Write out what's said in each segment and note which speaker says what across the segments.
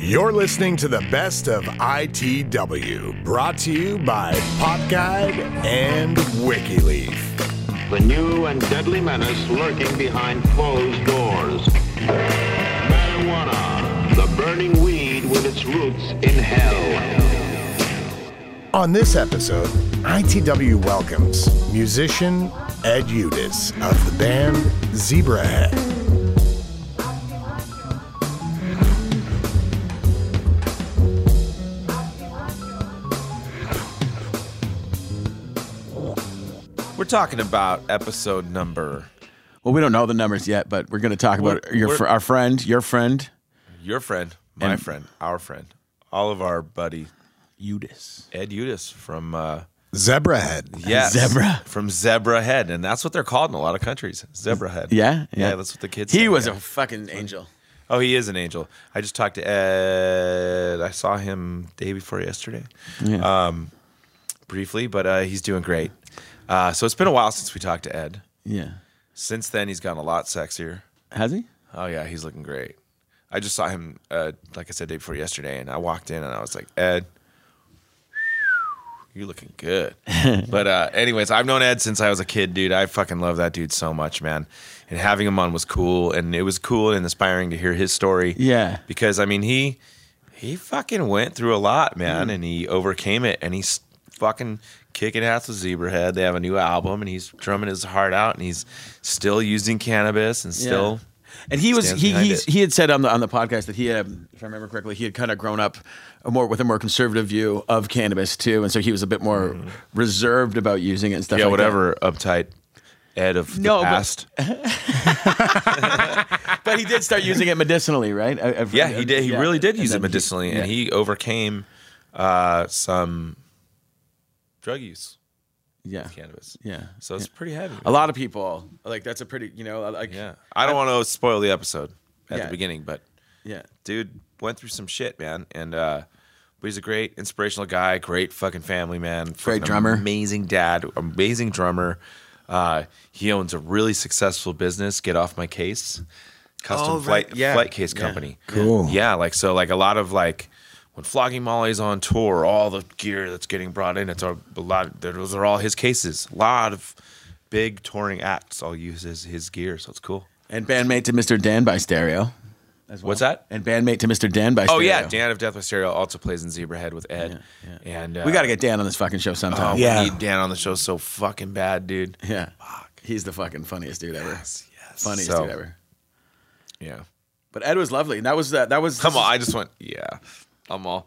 Speaker 1: You're listening to the best of ITW, brought to you by PopGuide and WikiLeaf.
Speaker 2: the new and deadly menace lurking behind closed doors. Marijuana, the burning weed with its roots in hell.
Speaker 1: On this episode, ITW welcomes musician Ed Udis of the band Zebrahead.
Speaker 3: We're talking about episode number.
Speaker 4: Well, we don't know the numbers yet, but we're going to talk about
Speaker 3: We're-
Speaker 4: your
Speaker 3: we're-
Speaker 4: fr- our friend, your friend,
Speaker 3: Your friend, my
Speaker 4: And-
Speaker 3: friend, our friend, all of our buddy
Speaker 4: Udis.
Speaker 3: Ed Udis from uh,
Speaker 1: Zebrahead.
Speaker 3: yes,
Speaker 4: Zebra.
Speaker 3: from Zebra Head, and that's what they're called in a lot of countries. Zebra Head.
Speaker 4: Yeah,
Speaker 3: yeah, that's what the kids.
Speaker 4: He
Speaker 3: say,
Speaker 4: was
Speaker 3: yeah.
Speaker 4: a fucking angel.
Speaker 3: oh, he is an angel. I just talked to Ed. I saw him day before yesterday,
Speaker 4: Yeah.
Speaker 3: um, briefly, but uh, he's doing great. Uh, so it's been a while since we talked to Ed.
Speaker 4: Yeah,
Speaker 3: Since then, he's gotten a lot sexier.
Speaker 4: has he?
Speaker 3: Oh yeah, he's looking great. I just saw him, uh, like I said, day before yesterday, and I walked in and I was like, Ed, you looking good. but uh, anyways, I've known Ed since I was a kid, dude. I fucking love that dude so much, man. And having him on was cool, and it was cool and inspiring to hear his story.
Speaker 4: Yeah.
Speaker 3: because I mean he he fucking went through a lot, man,
Speaker 4: Mm.
Speaker 3: and he overcame it, and he's fucking kicking ass with Zebrahead. They have a new album, and he's drumming his heart out, and he's still using cannabis and
Speaker 4: Yeah.
Speaker 3: still.
Speaker 4: And he was
Speaker 3: stands
Speaker 4: he
Speaker 3: behind
Speaker 4: he,
Speaker 3: it.
Speaker 4: he had said on the on the podcast that he had, if I remember correctly, he had kind of grown up a more with a more conservative view of cannabis too, and so he was a bit more reserved about using it and stuff.
Speaker 3: Mm-hmm. Yeah,
Speaker 4: like that.
Speaker 3: whatever uptight Ed of
Speaker 4: No,
Speaker 3: the
Speaker 4: but-
Speaker 3: past.
Speaker 4: But he did start using it medicinally, right? I- I've-
Speaker 3: yeah, he did. He
Speaker 4: yeah.
Speaker 3: really did
Speaker 4: And
Speaker 3: use it
Speaker 4: then he-
Speaker 3: medicinally, and
Speaker 4: yeah.
Speaker 3: he overcame uh, some drug use
Speaker 4: yeah
Speaker 3: cannabis.
Speaker 4: yeah. Oh,
Speaker 3: So it's pretty heavy.
Speaker 4: a lot of people like that's a pretty you know like
Speaker 3: Yeah, I don't want to spoil the episode at
Speaker 4: Yeah.
Speaker 3: the beginning, but
Speaker 4: yeah
Speaker 3: dude went through some shit, man, and uh, but he's a great inspirational guy, great fucking family man, fucking
Speaker 4: drummer.
Speaker 3: amazing dad, amazing drummer. Uh, he owns a really successful business. Get off my case, custom
Speaker 4: Oh, right,
Speaker 3: flight
Speaker 4: yeah.
Speaker 3: flight case company.
Speaker 1: Cool.
Speaker 3: Yeah, like so, like a lot of like when Flogging Molly's on tour, all the gear that's getting brought in, it's a, a lot. Those are all his cases. A lot of big touring acts all use his his gear, so it's cool.
Speaker 4: And bandmate to Mr. Dan by Stereo. As well.
Speaker 3: What's that?
Speaker 4: And bandmate to Mr. Dan by Stereo.
Speaker 3: Oh yeah, Dan of Death by Stereo also plays in Zebrahead with Ed,
Speaker 4: Yeah,
Speaker 3: and uh,
Speaker 4: we got to get Dan on this fucking show sometime.
Speaker 3: Oh,
Speaker 1: Yeah.
Speaker 3: we need Dan on the show so fucking bad, dude.
Speaker 4: Yeah. He's the fucking funniest dude ever.
Speaker 3: Oh, Yes, yes.
Speaker 4: Funniest
Speaker 3: So,
Speaker 4: dude ever.
Speaker 3: Yeah.
Speaker 4: But Ed was lovely. And that was uh, that. That was.
Speaker 3: Come on, I just went. Yeah, I'm all.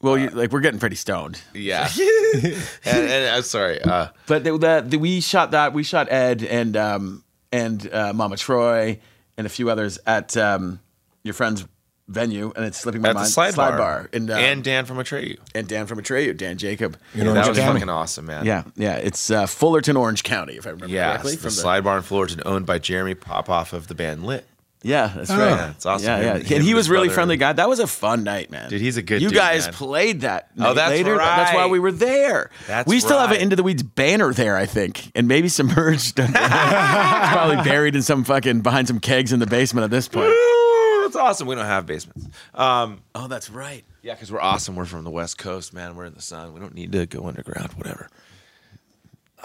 Speaker 4: Well, you, like we're getting pretty stoned.
Speaker 3: Yeah. and, and I'm sorry. Uh,
Speaker 4: But the, the, the, we shot that. We shot Ed and um and uh, Mama Troy and a few others at um your friend's venue, and it's slipping my
Speaker 3: at the
Speaker 4: mind.
Speaker 3: slide,
Speaker 4: bar. And, uh,
Speaker 3: and Dan from Atreyu.
Speaker 4: and Dan from Atreyu, Dan Jacob.
Speaker 1: You know,
Speaker 3: that
Speaker 1: Orange
Speaker 3: was
Speaker 1: County.
Speaker 3: fucking awesome, man.
Speaker 4: Yeah, yeah. It's uh, Fullerton, Orange County, if I remember
Speaker 3: Yeah.
Speaker 4: correctly.
Speaker 3: the, slide bar in Fullerton, owned by Jeremy Popoff of the band Lit.
Speaker 4: Yeah, that's right.
Speaker 3: Yeah, it's awesome.
Speaker 4: Yeah,
Speaker 3: Him-
Speaker 4: yeah.
Speaker 3: him
Speaker 4: and he
Speaker 3: and
Speaker 4: was
Speaker 3: his
Speaker 4: really
Speaker 3: brother.
Speaker 4: friendly guy. That was a fun night, man.
Speaker 3: Dude, he's a good
Speaker 4: You
Speaker 3: dude,
Speaker 4: guys
Speaker 3: man.
Speaker 4: played that.
Speaker 3: Oh,
Speaker 4: night
Speaker 3: that's
Speaker 4: later. Th- That's why
Speaker 3: right.
Speaker 4: we were there.
Speaker 3: That's
Speaker 4: we still have an
Speaker 3: right.
Speaker 4: Into the Weeds banner there, I think, and maybe submerged. it's probably buried in some fucking behind some kegs in the basement at this point.
Speaker 3: Ooh, That's awesome. We don't have basements. Um,
Speaker 4: oh, that's right.
Speaker 3: yeah, because we're awesome. We're from the West Coast, man. We're in the sun. We don't need to go underground. Whatever.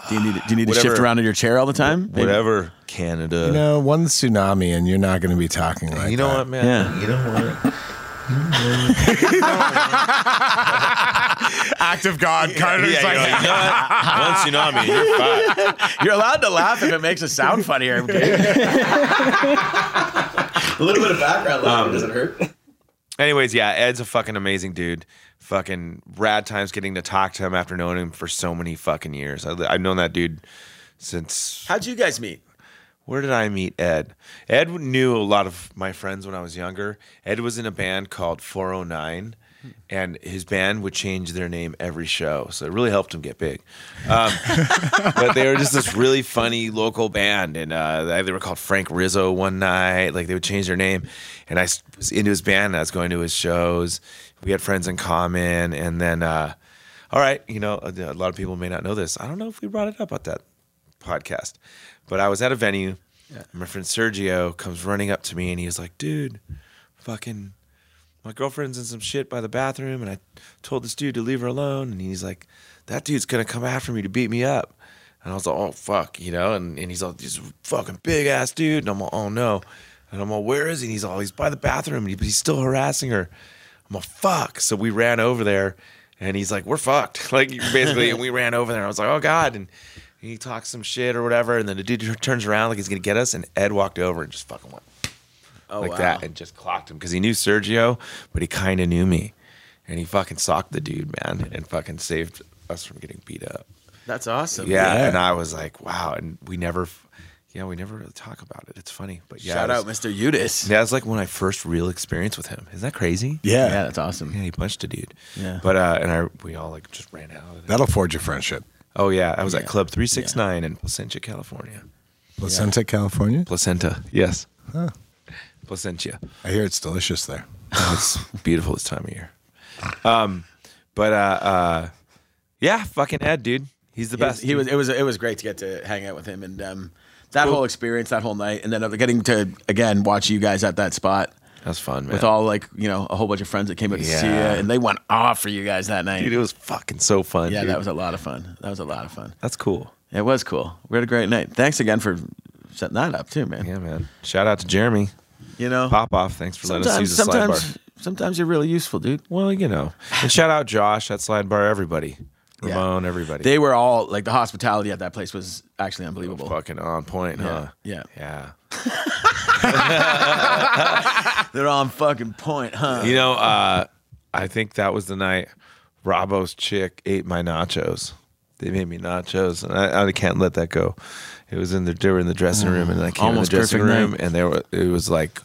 Speaker 4: Do you need do you need to
Speaker 3: Whatever.
Speaker 4: shift around in your chair all the time? Maybe.
Speaker 3: Whatever. Canada.
Speaker 1: You know, one tsunami and you're not going to be talking like
Speaker 3: you know
Speaker 1: that.
Speaker 3: what, man?
Speaker 4: Yeah.
Speaker 3: You know what?
Speaker 1: Act of God. Cut it. It's like,
Speaker 3: you know, what? Once you know me, you're fine.
Speaker 4: You're allowed to laugh if it makes it sound funnier. dude. a little bit of background
Speaker 3: Um,
Speaker 4: laughter doesn't hurt.
Speaker 3: Anyways, yeah, Ed's a fucking amazing dude. Fucking rad times getting to talk to him after knowing him for so many fucking years. I, I've known that dude since.
Speaker 4: How'd you guys meet?
Speaker 3: Where did I meet Ed? Ed knew a lot of my friends when I was younger. Ed was in a band called 409, and his band would change their name every show. So it really helped him get big. but they were just this really funny local band, and uh, they were called Frank Rizzo one night. Like they would change their name, and I was into his band. And I was going to his shows. We had friends in common, and then, uh, all right, you know, a a lot of people may not know this. I don't know if we brought it up at that podcast, but I was at a venue. and My friend Sergio comes running up to me, and he was like, "Dude, fucking." my girlfriend's in some shit by the bathroom, and I told this dude to leave her alone, and he's like, that dude's gonna come after me to beat me up. And I was like, oh fuck, you know, and, and he's all this fucking big ass dude, and I'm all, oh no, and I'm all, where is he? And he's all, he's by the bathroom, and he, but he's still harassing her. I'm all, fuck. So we ran over there, and he's like, we're fucked, like basically, and we ran over there. And I was like, oh god, and he talks some shit or whatever, and then the dude turns around like he's gonna get us, and Ed walked over and just fucking went
Speaker 4: Oh,
Speaker 3: like
Speaker 4: wow.
Speaker 3: that and just clocked him because he knew Sergio, but he kind of knew me, and he fucking socked the dude, man, and fucking saved us from getting beat up.
Speaker 4: That's awesome.
Speaker 3: Yeah, and I was like, wow, and we never, f- yeah, we never really talk about it. It's funny, but yeah,
Speaker 4: Shout
Speaker 3: it
Speaker 4: out,
Speaker 3: was,
Speaker 4: Mr. Udis.
Speaker 3: That was like when I first real experience with him. Isn't that crazy?
Speaker 4: Yeah,
Speaker 1: Yeah.
Speaker 4: that's awesome.
Speaker 3: Yeah, he punched a dude.
Speaker 4: Yeah.
Speaker 3: but uh, and I we all like just ran out. Of it.
Speaker 1: That'll forge a friendship.
Speaker 3: Oh yeah, I was at Club Three Six Nine in Placentia, California.
Speaker 1: Placenta, California.
Speaker 3: Placenta, yes. Placentia.
Speaker 1: I hear it's delicious there.
Speaker 3: It's beautiful this time of year. Um, but uh, uh, yeah, fucking Ed, dude, he's the
Speaker 4: He was-
Speaker 3: best.
Speaker 4: He was. It was. It was great to get to hang out with him and um, that whole experience, that whole night, and then uh, getting to again watch you guys at that spot
Speaker 3: that was fun, man.
Speaker 4: with all like you know a whole bunch of friends that came out to see you,
Speaker 3: Yeah.
Speaker 4: and they went off for you guys that night.
Speaker 3: dude, it was fucking so fun.
Speaker 4: yeah,
Speaker 3: dude.
Speaker 4: that was a lot of fun. That was a lot of fun.
Speaker 3: that's cool.
Speaker 4: It was cool. We had a great night. Thanks again for setting that up too, man.
Speaker 3: Yeah, man. Shout out to Jeremy
Speaker 4: You know,
Speaker 3: Pop Off. Thanks for letting us use the slide bar.
Speaker 4: sometimes, sometimes you're really useful, dude.
Speaker 3: Well, you know, and shout out Josh at Slide Bar. Everybody,
Speaker 4: Yeah.
Speaker 3: Ramon, everybody.
Speaker 4: They were all like the hospitality at that place was
Speaker 3: Oh,
Speaker 4: actually unbelievable.
Speaker 3: fucking on point, huh?
Speaker 4: yeah.
Speaker 3: yeah.
Speaker 4: They're on fucking point, huh?
Speaker 3: You know, uh, I think that was the night Robbo's chick ate my nachos. They made me nachos, and I, I can't let that go. It was in the they were in the dressing room, and I came
Speaker 4: Almost
Speaker 3: in the dressing
Speaker 4: perfect
Speaker 3: room,
Speaker 4: night.
Speaker 3: and there were it was like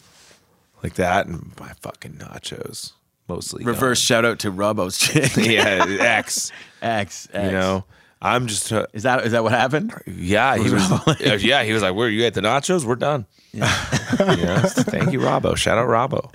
Speaker 3: like that, and my fucking nachos mostly gone.
Speaker 4: Reverse shout out to Robbo's chick.
Speaker 3: yeah, X.
Speaker 4: X, X.
Speaker 3: You know, I'm just uh,
Speaker 4: Is that is that what happened?
Speaker 3: yeah. He was
Speaker 4: Robbo like-
Speaker 3: uh, yeah. He was like, "Where you ate the nachos? We're done." You know, Thank you, Robbo. Shout out Robbo,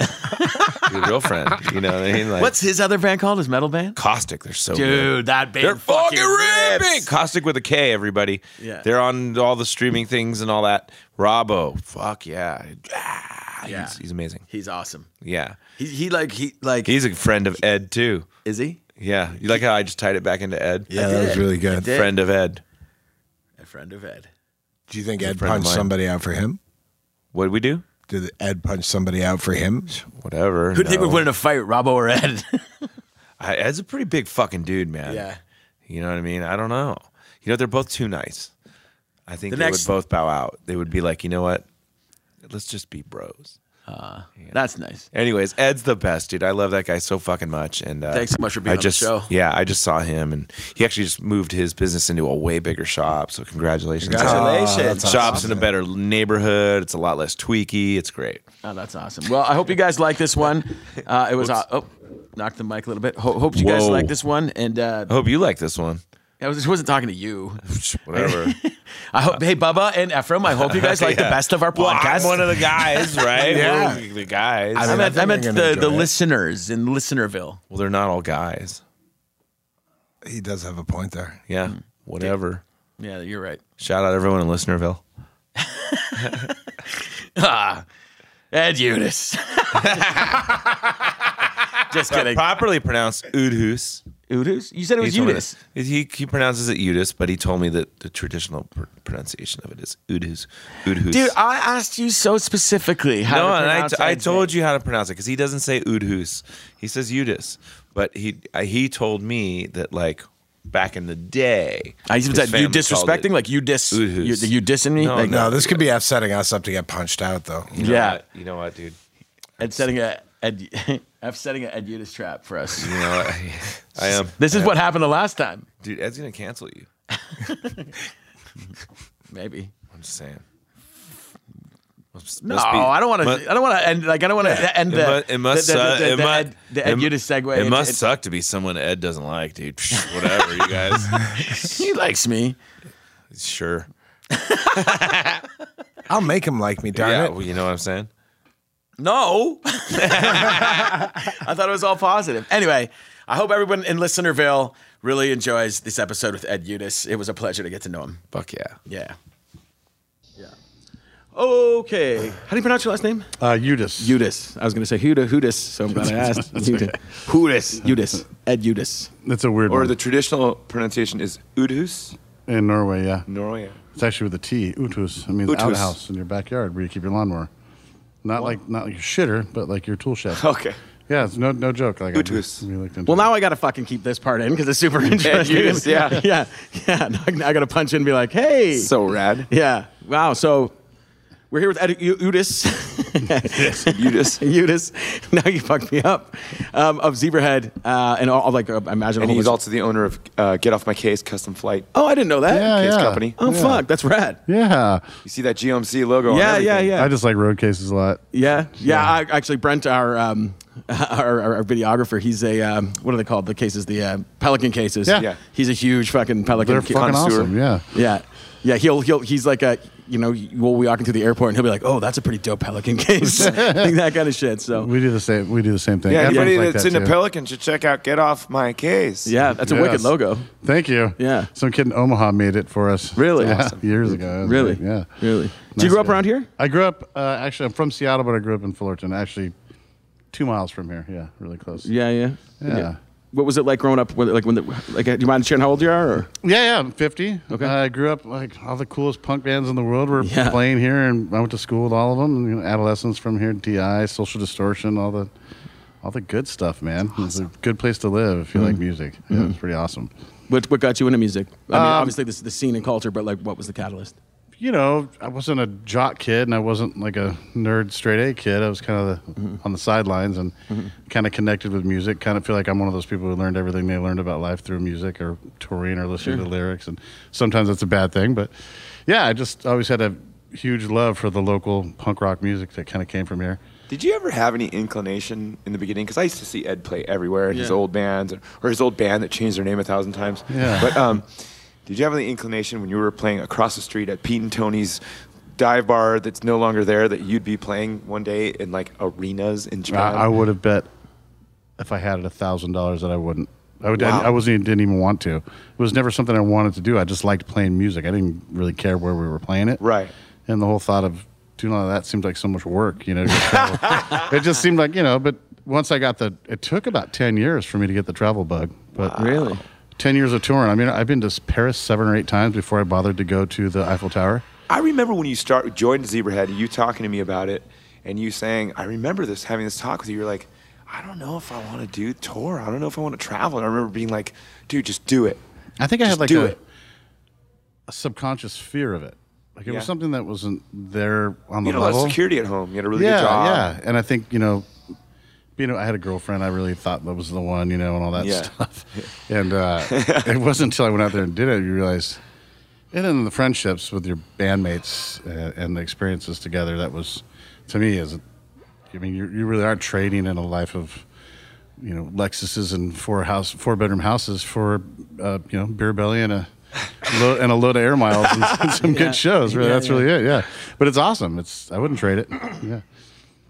Speaker 3: your real friend. You know what I mean? Like
Speaker 4: What's his other band called? His metal band?
Speaker 3: caustic? They're so good.
Speaker 4: Dude, that band
Speaker 3: They're fucking
Speaker 4: rips.
Speaker 3: ripping. Caustic with a K, everybody.
Speaker 4: Yeah.
Speaker 3: They're on all the streaming things and all that. Robbo, fuck yeah. Ah,
Speaker 4: Yeah.
Speaker 3: He's, he's amazing.
Speaker 4: He's awesome.
Speaker 3: Yeah.
Speaker 4: He, he like he like
Speaker 3: He's a friend of Ed too.
Speaker 4: is he?
Speaker 3: Yeah. You like how I just tied it back into Ed?
Speaker 1: Yeah, that was
Speaker 4: did.
Speaker 1: really
Speaker 4: I
Speaker 1: good.
Speaker 4: did.
Speaker 3: Friend of Ed.
Speaker 4: A friend of Ed.
Speaker 1: Do you think Ed
Speaker 3: friend of
Speaker 1: punched
Speaker 3: mine.
Speaker 1: somebody out for him?
Speaker 3: What'd we do?
Speaker 1: Did Ed punch somebody out for him?
Speaker 3: Whatever.
Speaker 4: Who do you think
Speaker 3: no.
Speaker 4: would win in a fight, Robbo or Ed?
Speaker 3: I, Ed's a pretty big fucking dude, man.
Speaker 4: Yeah.
Speaker 3: You know what I mean? I don't know. You know, they're both too nice. I think
Speaker 4: The
Speaker 3: they
Speaker 4: next-
Speaker 3: would both bow out. They would be like, you know what? Let's just be bros.
Speaker 4: That's nice.
Speaker 3: Anyways, Ed's the best, dude. I love that guy so fucking much. And uh,
Speaker 4: Thanks so much for being
Speaker 3: I
Speaker 4: on the
Speaker 3: just,
Speaker 4: show.
Speaker 3: Yeah, I just saw him, and he actually just moved his business into a way bigger shop. So congratulations,
Speaker 1: Congratulations. Oh, that's
Speaker 3: Shop's
Speaker 1: awesome.
Speaker 3: in a better neighborhood. It's a lot less tweaky. It's great.
Speaker 4: Oh, that's awesome. Well, I hope you guys like this one. Uh, it was uh, oh, knocked the mic a little bit. Ho- hope you guys
Speaker 3: Whoa.
Speaker 4: like this one. And uh,
Speaker 3: I hope you like this one.
Speaker 4: I was, wasn't talking to you.
Speaker 3: Whatever.
Speaker 4: I hope. Hey, Bubba and Ephraim, I hope you guys like
Speaker 3: Yeah.
Speaker 4: the best of our
Speaker 3: Well, I'm
Speaker 4: podcast.
Speaker 3: one of the guys, right?
Speaker 1: Yeah.
Speaker 3: We're the guys.
Speaker 1: I
Speaker 4: I
Speaker 1: mean,
Speaker 4: meant,
Speaker 1: think
Speaker 4: I meant
Speaker 1: you're gonna
Speaker 4: the, the
Speaker 1: enjoy it.
Speaker 4: listeners in Listenerville.
Speaker 3: well, they're not all guys.
Speaker 1: He does have a point there.
Speaker 3: Yeah.
Speaker 4: Hmm.
Speaker 3: Whatever.
Speaker 4: Yeah, you're right.
Speaker 3: Shout out everyone in Listenerville.
Speaker 4: Ed Eunice. Just kidding.
Speaker 3: Properly pronounced Udhus.
Speaker 4: Udus? You said it was
Speaker 3: He told me
Speaker 4: Udus.
Speaker 3: that- He, he pronounces it Udis, but he told me that the traditional pr- pronunciation of it is Udhus. Udhus.
Speaker 4: Dude, I asked you so specifically how
Speaker 3: no,
Speaker 4: to
Speaker 3: and I,
Speaker 4: pronounce
Speaker 3: t- I
Speaker 4: Ed's
Speaker 3: told
Speaker 4: name.
Speaker 3: you how to pronounce it because he doesn't say Udhus. He says Udis. But he I- he told me that, like, back in the day.
Speaker 4: I used to
Speaker 3: his
Speaker 4: say, you
Speaker 3: family called it
Speaker 4: disrespecting? Like, you dis, you,
Speaker 3: Udus.
Speaker 4: you dissing me?
Speaker 3: No,
Speaker 4: like,
Speaker 1: No, this could be F setting us up to get punched out, though.
Speaker 3: You know
Speaker 4: Yeah.
Speaker 3: what? You know what, dude?
Speaker 4: Ed setting a Ed, F setting a Ed Udis trap for us.
Speaker 3: You know what? I am.
Speaker 4: This is what happened the last time.
Speaker 3: Dude, Ed's going to cancel you.
Speaker 4: Maybe.
Speaker 3: I'm just saying. Must-
Speaker 4: No,
Speaker 3: must be-
Speaker 4: I don't want to.
Speaker 3: mu-
Speaker 4: I don't want to end. Like I don't want to end
Speaker 3: It
Speaker 4: the.
Speaker 3: mu- it must
Speaker 4: the, the,
Speaker 3: suck.
Speaker 4: the-
Speaker 3: It
Speaker 4: the
Speaker 3: mu-
Speaker 4: Ed, the Ed
Speaker 3: it-
Speaker 4: Udis segue.
Speaker 3: It must
Speaker 4: into-
Speaker 3: suck to be someone Ed doesn't like, dude. Psh, Whatever, you guys.
Speaker 4: He likes me.
Speaker 3: Sure.
Speaker 1: I'll make him like me, darn
Speaker 3: yeah,
Speaker 1: it.
Speaker 3: well, you know what I'm saying?
Speaker 4: No. I thought it was all positive. Anyway, I hope everyone in Listenerville really enjoys this episode with Ed Udis. It was a pleasure to get to know him.
Speaker 3: Fuck yeah.
Speaker 4: Yeah. Yeah. Okay. How do you pronounce your last name?
Speaker 5: Uh, Eudes.
Speaker 4: Eudis. I was going to say Huda Hudis, so I'm glad I asked. Hudis. Eudis. Ed Eudis.
Speaker 5: That's a weird
Speaker 6: Or
Speaker 5: one.
Speaker 6: the traditional pronunciation is Udhus,
Speaker 5: in Norway, yeah.
Speaker 6: Norway.
Speaker 5: It's actually with a T. Utus. It means
Speaker 6: Utus.
Speaker 5: outhouse in your backyard where you keep your lawnmower. Not like not like your shitter, but like your tool shed.
Speaker 6: Okay.
Speaker 5: Yeah, it's no no joke. Like I
Speaker 6: Utus.
Speaker 5: really looked into
Speaker 4: Well,
Speaker 5: it.
Speaker 4: now I got to fucking keep this part in because it's super interesting.
Speaker 6: Eudis, yeah.
Speaker 4: yeah. Yeah. Now I- now I got to punch in and be like, hey.
Speaker 6: So rad.
Speaker 4: yeah. Wow. So we're here with Ed Eudis.
Speaker 6: Udhus.
Speaker 4: Eudis. Now you fucked me up. Um, of Zebrahead uh, and all, all, like, uh, I imagine. a
Speaker 6: And
Speaker 4: whole
Speaker 6: he's
Speaker 4: bunch-
Speaker 6: also the owner of uh, Get Off My Case Custom Flight.
Speaker 4: Oh, I didn't know that.
Speaker 5: yeah,
Speaker 6: Case
Speaker 5: yeah.
Speaker 6: Company.
Speaker 4: Oh,
Speaker 5: yeah.
Speaker 4: fuck. That's rad.
Speaker 5: Yeah.
Speaker 6: You see that GMC logo on
Speaker 4: Yeah, yeah,
Speaker 6: everything.
Speaker 4: yeah.
Speaker 5: I just like road cases a lot.
Speaker 4: Yeah, yeah. I, actually, Brent, our, um, our our- our videographer, he's a um, what are they called? The cases, the uh, pelican cases.
Speaker 5: Yeah.
Speaker 6: Yeah.
Speaker 4: he's a huge fucking pelican
Speaker 5: They're
Speaker 4: ca-
Speaker 5: fucking
Speaker 4: connoisseur.
Speaker 5: awesome. Yeah.
Speaker 4: Yeah, yeah. He'll he'll he's like a you know we'll be walking through the airport and he'll be like, oh, that's a pretty dope pelican case, like that kind of shit. So
Speaker 5: We do the same. We do the same thing.
Speaker 6: Yeah,
Speaker 5: Everyone's
Speaker 6: anybody
Speaker 5: like
Speaker 6: that's
Speaker 5: that,
Speaker 6: into
Speaker 5: too.
Speaker 6: Pelican should check out Get Off My Case.
Speaker 4: yeah, that's a
Speaker 5: Yes.
Speaker 4: wicked logo.
Speaker 5: Thank you.
Speaker 4: Yeah.
Speaker 5: Some kid in Omaha made it for us.
Speaker 4: Really?
Speaker 5: Yeah,
Speaker 4: Awesome.
Speaker 5: Years ago. It was
Speaker 4: Really,
Speaker 5: great. Yeah.
Speaker 4: really. Do you
Speaker 5: Nice
Speaker 4: grow up
Speaker 5: guy.
Speaker 4: around here?
Speaker 5: I grew up. Uh, actually, I'm from Seattle, but I grew up in Fullerton. Actually, two miles from here. Yeah, really close.
Speaker 4: Yeah, yeah,
Speaker 5: Yeah.
Speaker 4: What was it like growing up? When, like when, the, like, do you mind sharing how old you are? Or?
Speaker 5: Yeah, yeah, I'm 50.
Speaker 4: Okay.
Speaker 5: Uh, I grew up like all the coolest punk bands in the world were
Speaker 4: Yeah.
Speaker 5: playing here, and I went to school with all of them. You know, adolescence from here, DI, Social Distortion, all the, all the good stuff, man. It's a good place to live if you
Speaker 4: Mm.
Speaker 5: like music. Yeah, it's pretty awesome.
Speaker 4: What what got you into music? I mean,
Speaker 5: Um,
Speaker 4: obviously this the scene and culture, but like, what was the catalyst?
Speaker 5: You know, I wasn't a jock kid, and I wasn't like a nerd straight A kid. I was kind of the, on the sidelines and kind of connected with music. Kind of feel like I'm one of those people who learned everything they learned about life through music or touring or listening to lyrics. And sometimes that's a bad thing, but yeah, I just always had a huge love for the local punk rock music that kind of came from here.
Speaker 6: Did you ever have any inclination in the beginning? Because I used to see Ed play everywhere in his
Speaker 4: Yeah.
Speaker 6: old bands, or, or his old band that changed their name a thousand times.
Speaker 5: Yeah.
Speaker 6: But um, did you have any inclination when you were playing across the street at Pete and Tony's dive bar that's no longer there that you'd be playing one day in like arenas in Japan?
Speaker 5: I, I would have bet if I had it a thousand dollars that I wouldn't. I would.
Speaker 6: Wow.
Speaker 5: I, I wasn't. even- Didn't even want to. It was never something I wanted to do. I just liked playing music. I didn't really care where we were playing it.
Speaker 6: Right.
Speaker 5: And the whole thought of doing all that seemed like so much work. You know. to travel. it just seemed like you know. But once I got the, it took about ten years for me to get the travel bug. But
Speaker 4: Really?
Speaker 5: 10 years of touring. I mean, I've been to Paris seven or eight times before I bothered to go to the Eiffel Tower.
Speaker 6: I remember when you start joined Zebrahead, you talking to me about it, and you saying, "I remember this having this talk with you." You're like, "I don't know if I want to do tour. I don't know if I want to travel." And I remember being like, "Dude, just do it."
Speaker 5: I think I
Speaker 6: Just
Speaker 5: had like
Speaker 6: do
Speaker 5: a,
Speaker 6: it.
Speaker 5: a subconscious fear of it. Like it
Speaker 6: Yeah.
Speaker 5: was something that wasn't there on the
Speaker 6: You had a lot
Speaker 5: level.
Speaker 6: of security at home. You had a really
Speaker 5: yeah,
Speaker 6: good job.
Speaker 5: yeah. And I think you know, you know, I had a girlfriend. I really thought that was the one, you know, and all that
Speaker 6: Yeah.
Speaker 5: stuff. And uh, it wasn't until I went out there and did it you realize. And then the friendships with your bandmates uh, and the experiences together. That was, to me, is, I mean, you you really are trading in a life of. You know, Lexuses and four house, four bedroom houses for, uh, you know, beer belly and a, lo- and a load of air miles and some
Speaker 4: Yeah.
Speaker 5: good shows. Really,
Speaker 4: Yeah,
Speaker 5: that's
Speaker 4: yeah.
Speaker 5: really it. Yeah, but it's awesome. It's I wouldn't trade it. Yeah.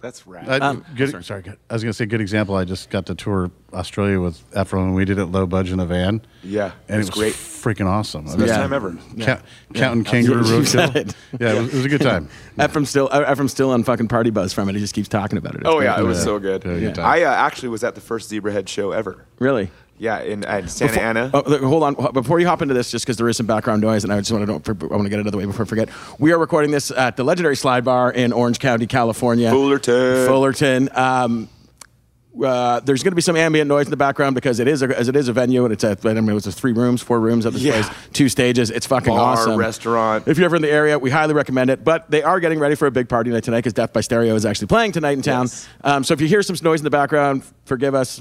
Speaker 6: That's rad.
Speaker 5: I,
Speaker 4: Um,
Speaker 5: good, sorry. good- I was going to say good example. I just got to tour Australia with Ephraim, and we did it low budget in a van.
Speaker 6: Yeah,
Speaker 5: and
Speaker 6: it's
Speaker 5: it was
Speaker 6: great.
Speaker 5: freaking awesome. I
Speaker 6: Best
Speaker 5: mean,
Speaker 6: time ever.
Speaker 5: Count, Counting kangaroo
Speaker 4: You said
Speaker 5: roadkill.
Speaker 4: it.
Speaker 5: Yeah, it was, it was a good time.
Speaker 4: Ephraim's still E-, Ephraim's still on fucking party buzz from it. He just keeps talking about it. It's
Speaker 6: Oh yeah,
Speaker 4: great.
Speaker 6: it was
Speaker 5: Yeah.
Speaker 6: so good.
Speaker 5: Yeah, good time.
Speaker 6: I uh, actually was at the first Zebrahead show ever.
Speaker 4: really.
Speaker 6: Yeah, in at Santa
Speaker 4: Befo-
Speaker 6: Ana.
Speaker 4: Oh, look, hold on. Before you hop into this, just because there is some background noise, and I just want to don't, I want to get it out of the way before I forget. We are recording this at the legendary Slide Bar in Orange County, California.
Speaker 6: Fullerton.
Speaker 4: Fullerton. Um, uh, there's going to be some ambient noise in the background because it is a, as it is a venue and it's at I mean, it was three rooms, four rooms at this
Speaker 6: Yeah.
Speaker 4: place, two stages. It's fucking
Speaker 6: Bar,
Speaker 4: awesome.
Speaker 6: restaurant.
Speaker 4: If you're ever in the area, we highly recommend it. But they are getting ready for a big party night tonight because Death by Stereo is actually playing tonight in town.
Speaker 6: Yes.
Speaker 4: Um, so if you hear some noise in the background, forgive us.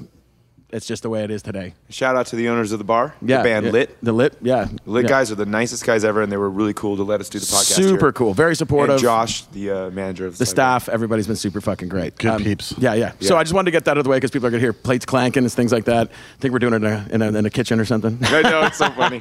Speaker 4: It's just the way it is today.
Speaker 6: Shout out to the owners of the bar.
Speaker 4: Yeah,
Speaker 6: the band
Speaker 4: yeah.
Speaker 6: Lit.
Speaker 4: The lit, yeah,
Speaker 6: Lit
Speaker 4: yeah.
Speaker 6: guys are the nicest guys ever, and they were really cool to let us do the podcast. here.
Speaker 4: Super cool, very supportive.
Speaker 6: And Josh, the uh, manager of
Speaker 4: the
Speaker 6: Slide Bar.
Speaker 4: staff, everybody's been super fucking great. Um,
Speaker 5: Good peeps.
Speaker 4: Yeah, yeah, So
Speaker 6: Yeah.
Speaker 4: I just wanted to get that out of the way because people are gonna hear plates clanking and things like that. I think we're doing it in a, in a, in a kitchen or something.
Speaker 6: I know it's so funny.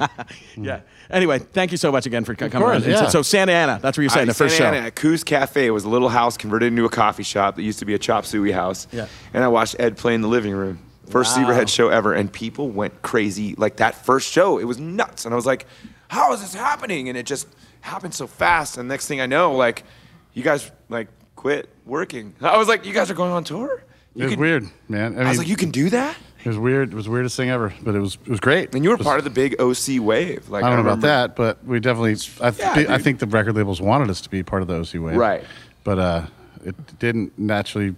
Speaker 4: yeah. Anyway, thank you so much again for c- coming.
Speaker 5: course,
Speaker 4: on. And so-
Speaker 5: yeah.
Speaker 4: So Santa Ana, that's where you're saying the
Speaker 6: Santa
Speaker 4: first
Speaker 6: Ana
Speaker 4: show.
Speaker 6: at Coos Cafe was a little house converted into a coffee shop that used to be a chop suey house.
Speaker 4: Yeah.
Speaker 6: And I watched Ed play in the living room. First
Speaker 4: Wow.
Speaker 6: Zebrahead show ever, and people went crazy. Like that first show, it was nuts. And I was like, how is this happening? And it just happened so fast. And next thing I know, like, you guys like quit working. I was like, you guys are going on tour?
Speaker 5: It
Speaker 6: You
Speaker 5: was
Speaker 6: can-
Speaker 5: weird, man. I, mean,
Speaker 6: I was like, you can do that?
Speaker 5: it was weird. It was the weirdest thing ever, but it was it was great.
Speaker 6: And you were
Speaker 5: It was-
Speaker 6: part of the big OC wave. Like
Speaker 5: I don't know about
Speaker 6: remember-
Speaker 5: that, but we definitely. I, th-
Speaker 6: Yeah,
Speaker 5: I
Speaker 6: dude.
Speaker 5: think the record labels wanted us to be part of the OC wave,
Speaker 4: Right.
Speaker 5: But uh, it didn't naturally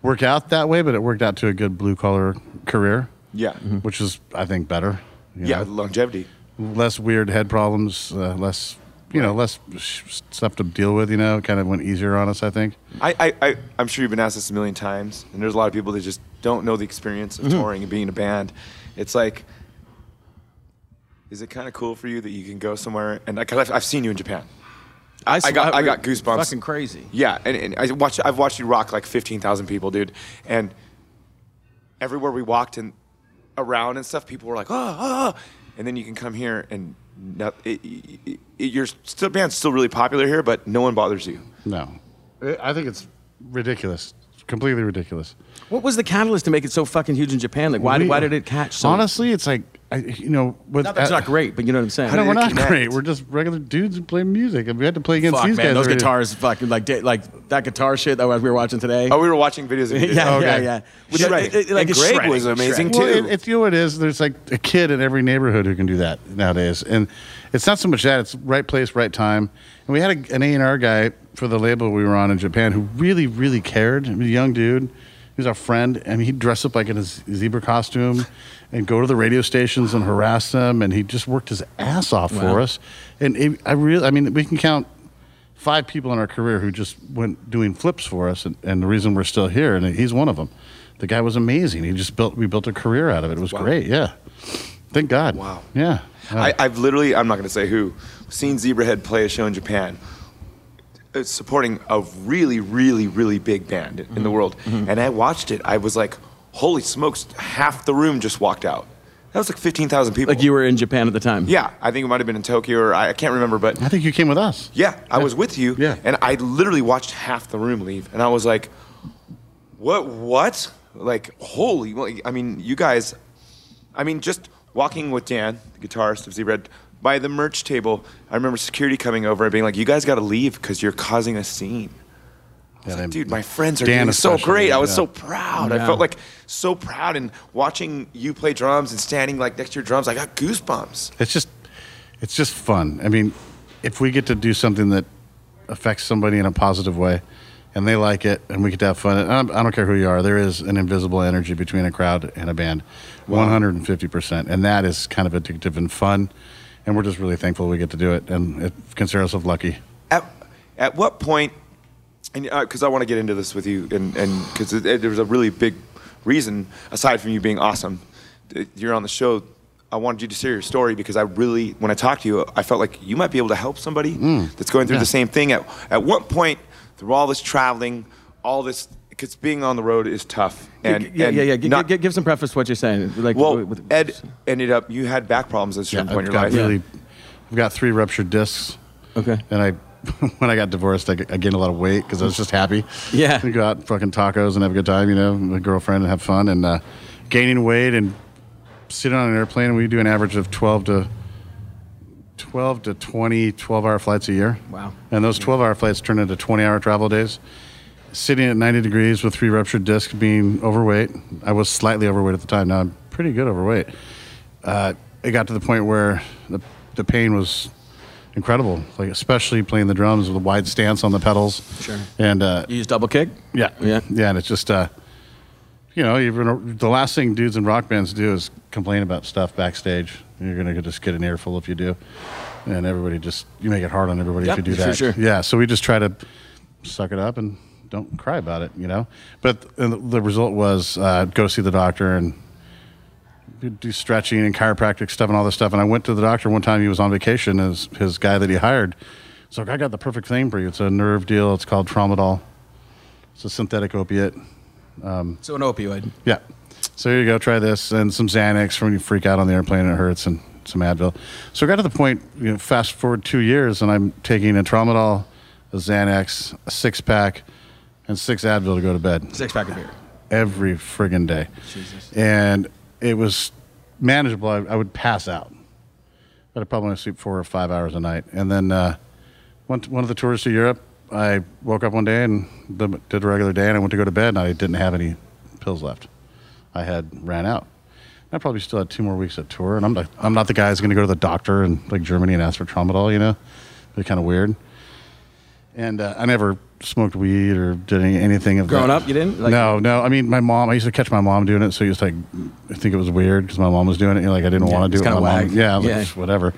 Speaker 5: work out that way. But it worked out to a good blue collar career,
Speaker 6: Yeah. Mm-hmm.
Speaker 5: which is I think better. you
Speaker 6: Yeah,
Speaker 5: know?
Speaker 6: longevity.
Speaker 5: less weird head problems, uh, less you know, less sh- stuff to deal with. You know, kind of went easier on us. I think.
Speaker 6: I, I, I, I'm sure you've been asked this a million times, and there's a lot of people that just don't know the experience of touring and being in a band. It's like, is it kind of cool for you that you can go somewhere? And I, cause I've, I've seen you in Japan. I got- I got goosebumps.
Speaker 4: Fucking crazy.
Speaker 6: Yeah, and, and I watch, I've watched you rock like 15,000 people, dude. And everywhere we walked and around and stuff, people were like, oh, oh, oh." And then you can come here and not, it, it, it, your still, band's still really popular here, but no one bothers you.
Speaker 5: No, I- I think it's ridiculous. It's completely ridiculous.
Speaker 4: What was the catalyst to make it so fucking huge in Japan? Like, why, did
Speaker 5: We-
Speaker 4: why did it catch so?
Speaker 5: Honestly, it's like I, you know, with,
Speaker 4: not that it's
Speaker 5: I-
Speaker 4: not great, but you know what I'm saying.
Speaker 5: I don't, we're not
Speaker 6: connect.
Speaker 5: great. We're just regular dudes who play music, and we had to play against
Speaker 4: Fuck,
Speaker 5: these
Speaker 4: man,
Speaker 5: guys.
Speaker 4: those
Speaker 5: every day.
Speaker 4: guitars, fucking like da- like that guitar shit that we were watching today.
Speaker 6: Oh, we were watching videos of you.
Speaker 4: yeah,
Speaker 5: okay.
Speaker 4: yeah, yeah,
Speaker 6: With
Speaker 4: Shred-
Speaker 6: shredding. And
Speaker 4: it's
Speaker 6: Greg was amazing, too.
Speaker 5: Well, it, it's you know what it is. There's like a kid in every neighborhood who can do that nowadays, and it's not so much that it's right place, right time. And we had a, an A and R guy for the label we were on in Japan who really, really cared. He was a young dude. He was our friend, and he'd dress up like in a z- zebra costume and go to the radio stations and harass them. And he just worked his ass off for us. And it, I really, I mean, we can count five people in our career who just went doing flips for us, and, and the reason we're still here, and he's one of them. The guy was amazing. He just built, we built a career out of it. It was great. Yeah. Thank God.
Speaker 6: Wow.
Speaker 5: Yeah. Uh,
Speaker 6: I, I've literally, I'm not going to say who, seen Zebrahead play a show in Japan uh, supporting a really, really, really big band in
Speaker 4: Mm-hmm.
Speaker 6: the world. And I watched it. I was like, holy smokes, half the room just walked out. That was like 15,000 people.
Speaker 4: like you were in Japan at the time.
Speaker 6: Yeah, I think it might have been in Tokyo or I, I can't remember, but
Speaker 5: I think you came with us.
Speaker 6: yeah, I was with you.
Speaker 5: Yeah.
Speaker 6: And I literally watched half the room leave. And I was like, what, what? Like, holy, like, I mean, you guys, I mean, just walking with Dan, the guitarist of Zebra, by the merch table, I remember security coming over and being like, you guys got to leave because you're causing a scene. I was
Speaker 5: Yeah,
Speaker 6: like,
Speaker 5: they-
Speaker 6: dude, my friends are
Speaker 5: Dan
Speaker 6: doing so
Speaker 5: especially,
Speaker 6: great. I was
Speaker 5: yeah.
Speaker 6: so proud. I
Speaker 4: Yeah.
Speaker 6: felt like so proud. And watching you play drums and standing like next to your drums, I got goosebumps.
Speaker 5: It's just, it's just fun. I mean, if we get to do something that affects somebody in a positive way and they like it and we get to have fun, and I don't- I don't care who you are, there is an invisible energy between a crowd and a band 150%. And that is kind of addictive and fun. And we're just really thankful we get to do it and it, consider ourselves lucky.
Speaker 6: at, at what point and because i want to get into this with you and because it, it, there was a really big reason aside from you being awesome that you're on the show i wanted you to share your story because i really when i talked to you i felt like you might be able to help somebody
Speaker 4: Mm.
Speaker 6: that's going through
Speaker 5: yeah.
Speaker 6: the same thing at, at what point through all this traveling all this because being on the road is tough and
Speaker 4: yeah,
Speaker 6: and
Speaker 4: yeah, yeah. G-
Speaker 6: not-
Speaker 4: g- give some preface to what you're saying. Like,
Speaker 6: well
Speaker 4: with- with-
Speaker 6: ed ended up you had back problems at a certain point in your
Speaker 5: got
Speaker 6: life
Speaker 5: really, I've got three ruptured discs.
Speaker 4: Okay.
Speaker 5: And I, when I got divorced, I, g- I gained a lot of weight because I was just happy.
Speaker 4: Yeah.
Speaker 5: And go out and fucking tacos and have a good time, you know, with a girlfriend and have fun. And uh, gaining weight and sitting on an airplane, we do an average of 12 to 12 to 20 12 hour flights a year.
Speaker 4: Wow.
Speaker 5: And those 12 hour flights turn into 20 hour travel days. Sitting at 90 degrees with three ruptured discs, being overweight. I was slightly overweight at the time. Now I'm pretty good overweight. Uh, it got to the point where the, the pain was incredible, like especially playing the drums with a wide stance on the pedals.
Speaker 4: Sure.
Speaker 5: And uh,
Speaker 4: you use double kick.
Speaker 5: yeah,
Speaker 4: Yeah.
Speaker 5: yeah. And it's just, uh, you know, even the last thing dudes in rock bands do is complain about stuff backstage. You're gonna just get an earful if you do, and everybody just you make it hard on everybody
Speaker 4: Yep,
Speaker 5: if you do
Speaker 4: for
Speaker 5: that.
Speaker 4: sure.
Speaker 5: Yeah. So we just try to suck it up and don't cry about it, you know. But and the, the result was uh, go see the doctor and He'd do stretching and chiropractic stuff and all this stuff. And I went to the doctor one time. He was on vacation. His his guy that he hired. So I got the perfect thing for you. It's a nerve deal. It's called Tramadol. It's a synthetic opiate.
Speaker 4: So an opioid.
Speaker 5: Yeah. So here you go. Try this and some Xanax for when you freak out on the airplane and it hurts and some Advil. So I got to the point. You know, fast forward two years and I'm taking a Tramadol, a Xanax, a six pack, and six Advil to go to bed
Speaker 4: Six pack of beer.
Speaker 5: every friggin' day.
Speaker 4: Jesus.
Speaker 5: And it was manageable. I, I would pass out. I'd probably only sleep four or five hours a night. And then uh, one, one of the tours to Europe, I woke up one day and th- did a regular day, and I went to go to bed, and I didn't have any pills left. I had ran out. I probably still had two more weeks of tour, and I'm not, I'm not the guy who's going to go to the doctor in like Germany and ask for tramadol. You know, it's kind of weird. And uh, I never smoked weed or did any, anything of
Speaker 4: Growing
Speaker 5: that.
Speaker 4: up, you didn't? Like-
Speaker 5: no, no. I mean, my mom. I used to catch my mom doing it, so just like I think it was weird because my mom was doing it. And, like I didn't
Speaker 4: Yeah,
Speaker 5: want to
Speaker 4: it's
Speaker 5: do it.
Speaker 4: kinda
Speaker 5: with my mom.
Speaker 4: wag.
Speaker 5: Yeah, I was like,
Speaker 4: Yeah.
Speaker 5: "Psh, whatever.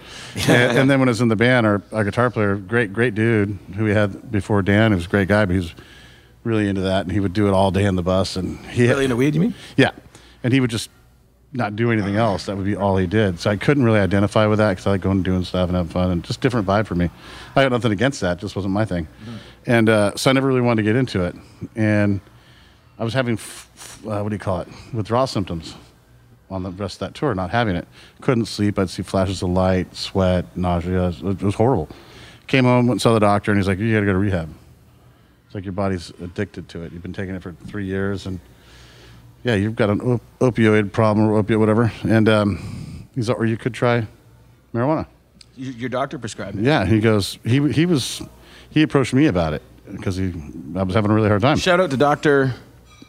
Speaker 5: and, and then when I was in the band, our, our guitar player, great great dude who we had before Dan, he was a great guy, but he was really into that, and he would do it all day in the bus, and he
Speaker 4: Really into weed, you mean?
Speaker 5: yeah, and he would just not do anything else. That would be all he did. So I couldn't really identify with that because I like going and doing stuff and having fun and just different vibe for me. I got nothing against that; just wasn't my thing. And uh, so I never really wanted to get into it. And I was having f- f- uh, what do you call it withdrawal symptoms on the rest of that tour, not having it. Couldn't sleep. I'd see flashes of light, sweat, nausea. It was, it was horrible. Came home, went and saw the doctor, and he's like, "You got to go to rehab." It's like your body's addicted to it. You've been taking it for three years, and yeah, you've got an op- opioid problem or opiate, whatever. And um, he's like, or you could try marijuana.
Speaker 4: Your, your doctor prescribed it.
Speaker 5: Yeah, he goes. He he was he approached me about it because he I was having a really hard time.
Speaker 4: Shout out to Doctor.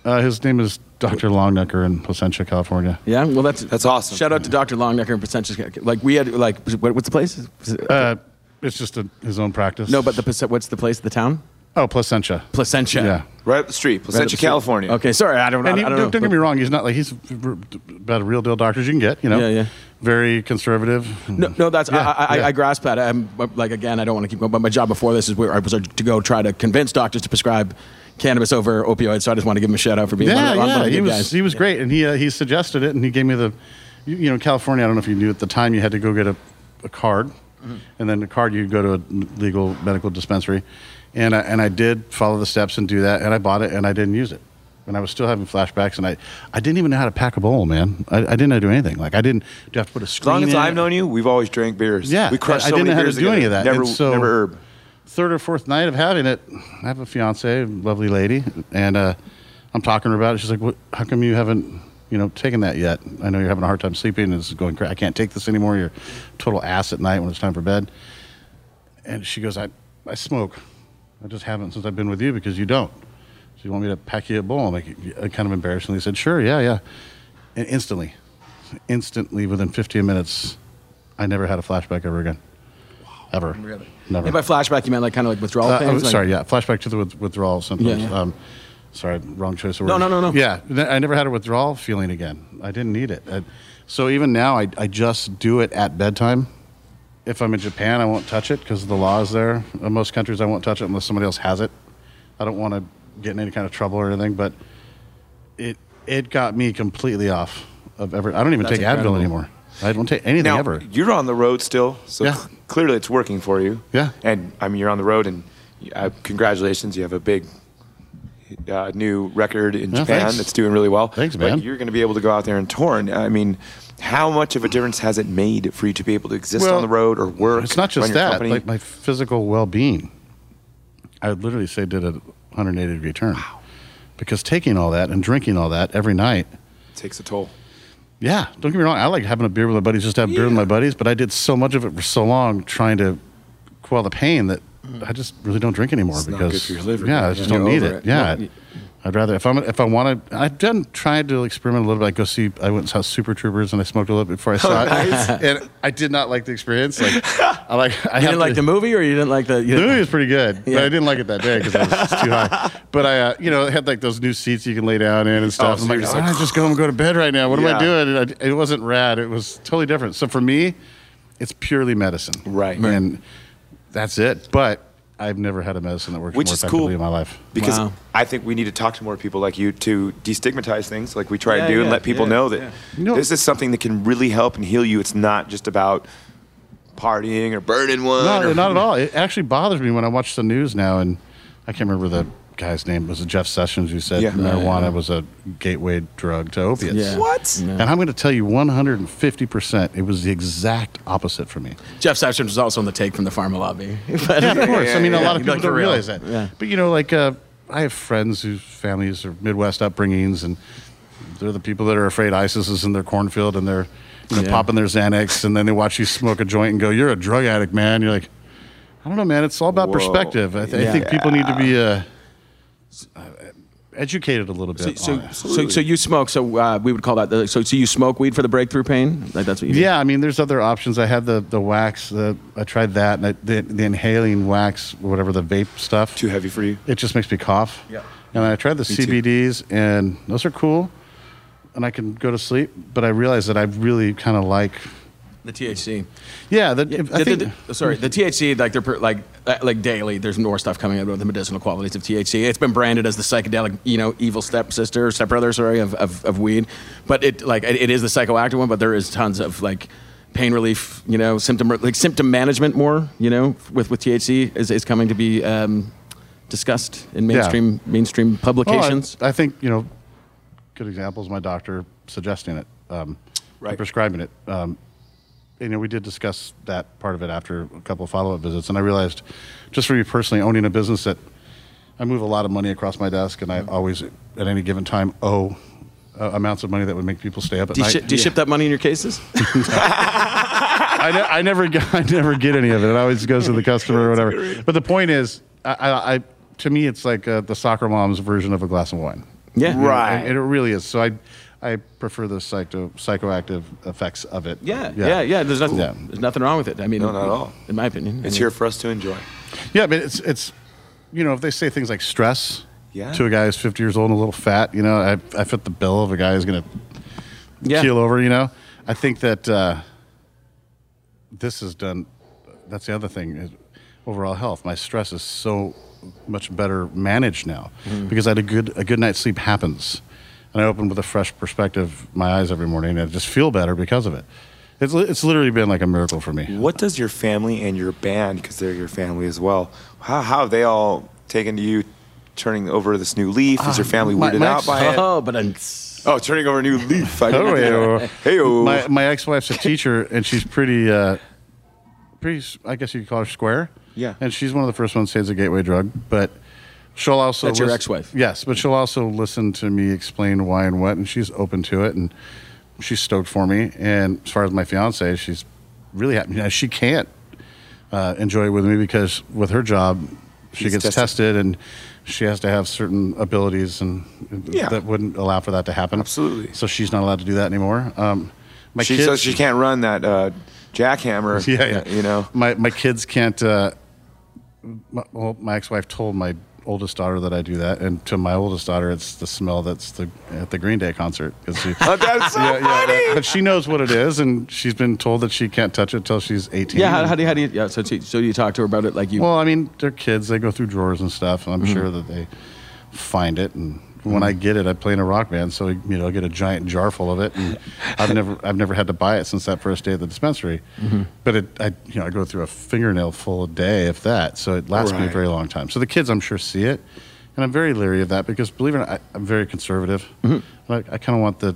Speaker 5: Uh, his name is Doctor Longnecker in Placentia, California.
Speaker 4: Yeah, well, that's
Speaker 3: That's awesome.
Speaker 4: Shout out to Doctor Longnecker and Placentia. Like we had, like what, what's the place? Was it-
Speaker 5: Uh, it's just a, his own practice.
Speaker 4: no, but the Plac- what's the place? The town?
Speaker 5: oh Placentia.
Speaker 4: Placentia.
Speaker 5: Yeah.
Speaker 3: Right up the street, Placentia,
Speaker 4: street.
Speaker 3: California.
Speaker 4: Okay, sorry, I don't, I, don't
Speaker 5: And he,
Speaker 4: know.
Speaker 5: don't, don't get
Speaker 4: but-
Speaker 5: me wrong, he's not like he's about a real deal doctor as you can get, you know.
Speaker 4: Yeah, yeah.
Speaker 5: Very conservative.
Speaker 4: No, no, that's
Speaker 5: Yeah,
Speaker 4: I, I,
Speaker 5: yeah.
Speaker 4: I grasp that. I'm but, like again, I don't want to keep going, but my job before this is where I was uh, to go try to convince doctors to prescribe cannabis over opioids. So I just want to give him a shout out for being
Speaker 5: yeah,
Speaker 4: one, of, one
Speaker 5: yeah.
Speaker 4: of the
Speaker 5: he
Speaker 4: good
Speaker 5: was
Speaker 4: guys.
Speaker 5: he was great, and he uh, he suggested it, and he gave me the, you, you know, California. I don't know if you knew at the time you had to go get a, a card,
Speaker 3: Mm-hmm.
Speaker 5: and then the card you go to a legal medical dispensary, and I, and I did follow the steps and do that, and I bought it, and I didn't use it, and I was still having flashbacks, and I I didn't even know how to pack a bowl, man. I, I didn't know how to do anything. Like I didn't do I have to put a
Speaker 3: As
Speaker 5: screen.
Speaker 3: long as
Speaker 5: in
Speaker 3: I've
Speaker 5: it?
Speaker 3: known you, we've always drank beers.
Speaker 5: Yeah,
Speaker 3: we crushed.
Speaker 5: I- I
Speaker 3: so
Speaker 5: didn't
Speaker 3: many
Speaker 5: know how to
Speaker 3: beers
Speaker 5: do any
Speaker 3: together.
Speaker 5: of that,
Speaker 3: Never,
Speaker 5: and so-
Speaker 3: never herb.
Speaker 5: third or fourth night of having it, I have a fiance, lovely lady, and uh, I'm talking to her about it. She's like, what, "How come you haven't, you know, taken that yet? I know you're having a hard time sleeping. And it's going. Cra- I can't take this anymore. You're a total ass at night when it's time for bed." And she goes, "I, I smoke. I just haven't since I've been with you because you don't. So you want me to pack you a bowl?" I'm like, I uh, kind of embarrassingly said, "Sure, yeah, yeah," and instantly, instantly within 15 minutes, I never had a flashback ever again. Ever.
Speaker 4: Really?
Speaker 5: Never.
Speaker 4: And by flashback, you meant like kind of like withdrawal
Speaker 5: Uh,
Speaker 4: pains?
Speaker 5: oh,
Speaker 4: like-
Speaker 5: sorry, yeah. Flashback to the with- withdrawal symptoms.
Speaker 4: Yeah, yeah.
Speaker 5: Um, sorry, wrong choice of
Speaker 4: No,
Speaker 5: words.
Speaker 4: no, no, no.
Speaker 5: Yeah, n- I never had a withdrawal feeling again. I didn't need it. I, so even now, I, I just do it at bedtime. If I'm in Japan, I won't touch it because the law is there. In most countries, I won't touch it unless somebody else has it. I don't want to get in any kind of trouble or anything, but it it got me completely off of ever. I don't even
Speaker 4: That's
Speaker 5: take
Speaker 4: incredible.
Speaker 5: Advil anymore. I don't take anything
Speaker 3: Now
Speaker 5: ever.
Speaker 3: you're on the road still, so
Speaker 5: Yeah.
Speaker 3: c- clearly it's working for you.
Speaker 5: Yeah.
Speaker 3: and I mean you're on the road, and you- uh, congratulations, you have a big uh, new record in
Speaker 5: Yeah,
Speaker 3: Japan
Speaker 5: thanks.
Speaker 3: that's doing really well.
Speaker 5: Thanks,
Speaker 3: Like,
Speaker 5: man.
Speaker 3: you're going to be able to go out there and tour. And, I mean, how much of a difference has it made for you to be able to exist
Speaker 5: Well,
Speaker 3: on the road or work?
Speaker 5: It's not
Speaker 3: run
Speaker 5: just
Speaker 3: your
Speaker 5: that,
Speaker 3: company?
Speaker 5: like my physical well being. I would literally say did a 180 degree turn. Because taking all that and drinking all that every night,
Speaker 3: takes a toll.
Speaker 5: yeah, don't get me wrong, I like having a beer with my buddies, just to have beer with my buddies, but I did so much of it for so long trying to quell the pain that I just really don't drink anymore
Speaker 3: Mm. It's not
Speaker 5: because
Speaker 3: good for your liver,
Speaker 5: yeah,
Speaker 3: man.
Speaker 5: I just
Speaker 3: You're
Speaker 5: don't need
Speaker 3: over
Speaker 5: it.
Speaker 3: it.
Speaker 5: Yeah.
Speaker 3: Well,
Speaker 5: I'd rather if I'm if I want to. I've done tried to experiment a little bit. I go see. I went and saw Super Troopers, and I smoked a little bit before I saw
Speaker 3: Oh,
Speaker 5: it, and I did not like the experience. Like I like I
Speaker 4: You
Speaker 5: have
Speaker 4: didn't like
Speaker 5: to-
Speaker 4: the movie or you didn't like the. You
Speaker 5: the movie was pretty good,
Speaker 4: Yeah.
Speaker 5: but I didn't like it that day because I was just too high. But I, uh, you know, it had like those new seats you can lay down in and stuff.
Speaker 3: so
Speaker 5: I'm
Speaker 3: you're
Speaker 5: like,
Speaker 3: just
Speaker 5: "Why
Speaker 3: like,
Speaker 5: don't I just go and go to bed right now. What am I
Speaker 3: Oh, Yeah.
Speaker 5: doing? And I, it wasn't rad. It was totally different. So for me, it's purely medicine,
Speaker 3: Right. Right.
Speaker 5: And that's it. But I've never had a medicine that works
Speaker 3: Which
Speaker 5: more
Speaker 3: is
Speaker 5: effectively
Speaker 3: cool.
Speaker 5: in my life.
Speaker 3: because
Speaker 4: Wow.
Speaker 3: I think we need to talk to more people like you to destigmatize things like we try
Speaker 4: Yeah,
Speaker 3: to do and
Speaker 4: yeah,
Speaker 3: let people
Speaker 4: yeah,
Speaker 3: know that
Speaker 4: yeah.
Speaker 5: You know-
Speaker 3: this is something that can really help and heal you. It's not just about partying or burning one.
Speaker 5: No,
Speaker 3: or,
Speaker 5: not at all. It actually bothers me when I watch the news now, and I can't remember the guy's name. Was it Jeff Sessions who said
Speaker 3: Yeah.
Speaker 5: marijuana was a gateway drug to opiates?
Speaker 4: Yeah.
Speaker 3: What?
Speaker 5: And I'm going to tell you 150%, it was the exact opposite for me.
Speaker 4: Jeff Sessions was also on the take from the pharma lobby. But-
Speaker 5: Yeah, of course. I mean, a lot of
Speaker 4: yeah,
Speaker 5: people
Speaker 4: like, for
Speaker 5: don't
Speaker 4: real.
Speaker 5: realize that.
Speaker 4: Yeah.
Speaker 5: But, you know, like, uh, I have friends whose families are Midwest upbringings, and they're the people that are afraid ISIS is in their cornfield and they're you know,
Speaker 4: Yeah.
Speaker 5: popping their Xanax, and then they watch you smoke a joint and go, You're a drug addict, man. You're like, I don't know, man. It's all about
Speaker 3: Whoa.
Speaker 5: perspective. I, th- I
Speaker 4: Yeah.
Speaker 5: think people need to be uh, uh, educated a little bit. on
Speaker 4: So,
Speaker 5: it.
Speaker 4: so, so you smoke. So uh, we would call that. The, so, so you smoke weed for the breakthrough pain. Like that's what you. do?
Speaker 5: Yeah, I mean, there's other options. I had the the wax. The, I tried that, and I, the the inhaling wax, whatever the vape stuff.
Speaker 3: Too heavy for you?
Speaker 5: It just makes me cough.
Speaker 4: Yeah.
Speaker 5: And I tried the
Speaker 3: too.
Speaker 5: CBDs, and those are cool, and I can go to sleep. But I realized that I really kind of like.
Speaker 4: The THC.
Speaker 5: Yeah, that
Speaker 4: Yeah,
Speaker 5: if- I
Speaker 4: the-
Speaker 5: think.
Speaker 4: the- the- sorry, the THC like they're per, like uh, like daily. There's more stuff coming out about the medicinal qualities of THC. It's been branded as the psychedelic, you know, evil stepsister or stepbrother, sorry, of, of, of weed. But it like it, it is the psychoactive one. But there is tons of like pain relief, you know, symptom like symptom management more, you know, with with THC is, is coming to be um, discussed in mainstream mainstream
Speaker 5: Oh, I-
Speaker 4: publications.
Speaker 5: I, think you know, good example is my doctor suggesting it, um,
Speaker 3: Right.
Speaker 5: prescribing it. Um, you know, we did discuss that part of it after a couple of follow up visits, and I realized, just for you personally, owning a business that I move a lot of money across my desk, and I
Speaker 4: Mm-hmm.
Speaker 5: always at any given time owe. Uh, amounts of money that would make people stay up at
Speaker 4: do you,
Speaker 5: night.
Speaker 4: shi- do you ship that money in your cases?
Speaker 5: I, ne- I never, get- I never get any of it. It always goes to the customer or whatever. But the point is, I, I, I to me, it's like uh, the soccer mom's version of a glass of wine.
Speaker 4: yeah,
Speaker 5: Right. And, and it really is. So I, I prefer the psycho psychoactive effects of it.
Speaker 4: Yeah, yeah, yeah. There's nothing.
Speaker 5: Yeah.
Speaker 4: There's nothing wrong with it. I mean,
Speaker 3: No, not at all.
Speaker 4: In my opinion,
Speaker 3: It's
Speaker 4: I mean-
Speaker 3: here for us to enjoy.
Speaker 5: Yeah, but it's it's, you know, if they say things like stress
Speaker 3: Yeah.
Speaker 5: to a guy who's 50 years old and a little fat, you know, I I fit the bill of a guy who's gonna
Speaker 4: Yeah.
Speaker 5: keel over. You know, I think that uh, this is done. That's the other thing is overall health. My stress is so much better managed now
Speaker 6: Mm-hmm.
Speaker 5: because I had a good a good night's sleep happens, and I open with a fresh perspective my eyes every morning and I just feel better because of it. It's li- it's literally been like a miracle for me.
Speaker 6: What does your family and your band, because they're your family as well, how, how have they all taken to you turning over this new leaf?
Speaker 5: Ah.
Speaker 6: Is your family
Speaker 5: my-
Speaker 6: weirded
Speaker 5: my
Speaker 6: out
Speaker 5: ex-
Speaker 6: by it?
Speaker 4: Oh, but I'm.
Speaker 6: Oh, turning over a new leaf. I
Speaker 5: Oh,
Speaker 6: didn't-
Speaker 5: yeah.
Speaker 6: Hey-o.
Speaker 5: My my ex wife's a teacher and she's pretty uh, pretty s- I guess you could call her square.
Speaker 6: Yeah.
Speaker 5: And she's one of the first ones to say it's a gateway drug, but she'll also
Speaker 4: That's your
Speaker 5: lis-
Speaker 4: ex-wife?
Speaker 5: Yes, but she'll also listen to me explain why and what, and she's open to it, and she's stoked for me. And as far as my fiance, she's really happy. Now, she can't uh, enjoy it with me because with her job, she
Speaker 6: She's
Speaker 5: gets tested.
Speaker 6: tested.
Speaker 5: and she has to have certain abilities and
Speaker 6: Yeah.
Speaker 5: that wouldn't allow for that to happen.
Speaker 6: Absolutely.
Speaker 5: So she's not allowed to do that anymore. Um, my
Speaker 6: she
Speaker 5: kids,
Speaker 6: says she can't run that uh, jackhammer.
Speaker 5: yeah, yeah.
Speaker 6: You know.
Speaker 5: my my kids can't. Uh, my, well, my ex-wife told my oldest daughter that I do that, and to my oldest daughter, it's the smell that's the at the Green Day concert. 'cause she-
Speaker 6: Oh, that's so
Speaker 5: Yeah, yeah,
Speaker 6: funny.
Speaker 5: that- but she knows what it is, and she's been told that she can't touch it till she's eighteen.
Speaker 4: Yeah, how, how do you, how do you yeah? So t- so you talk to her about it like you.
Speaker 5: Well, I mean, they're kids; they go through drawers and stuff, and I'm
Speaker 6: Mm-hmm.
Speaker 5: sure that they find it. And when I get it, I play in a rock band, so you know, I get a giant jar full of it. And I've never, I've never had to buy it since that first day at the dispensary.
Speaker 6: Mm-hmm.
Speaker 5: But it, I, you know, I go through a fingernail full a day, if that. So it lasts me a
Speaker 6: Right.
Speaker 5: very long time. So the kids, I'm sure, see it, and I'm very leery of that because, believe it or not, I, I'm very conservative.
Speaker 6: Mm-hmm.
Speaker 5: Like, I kind of want the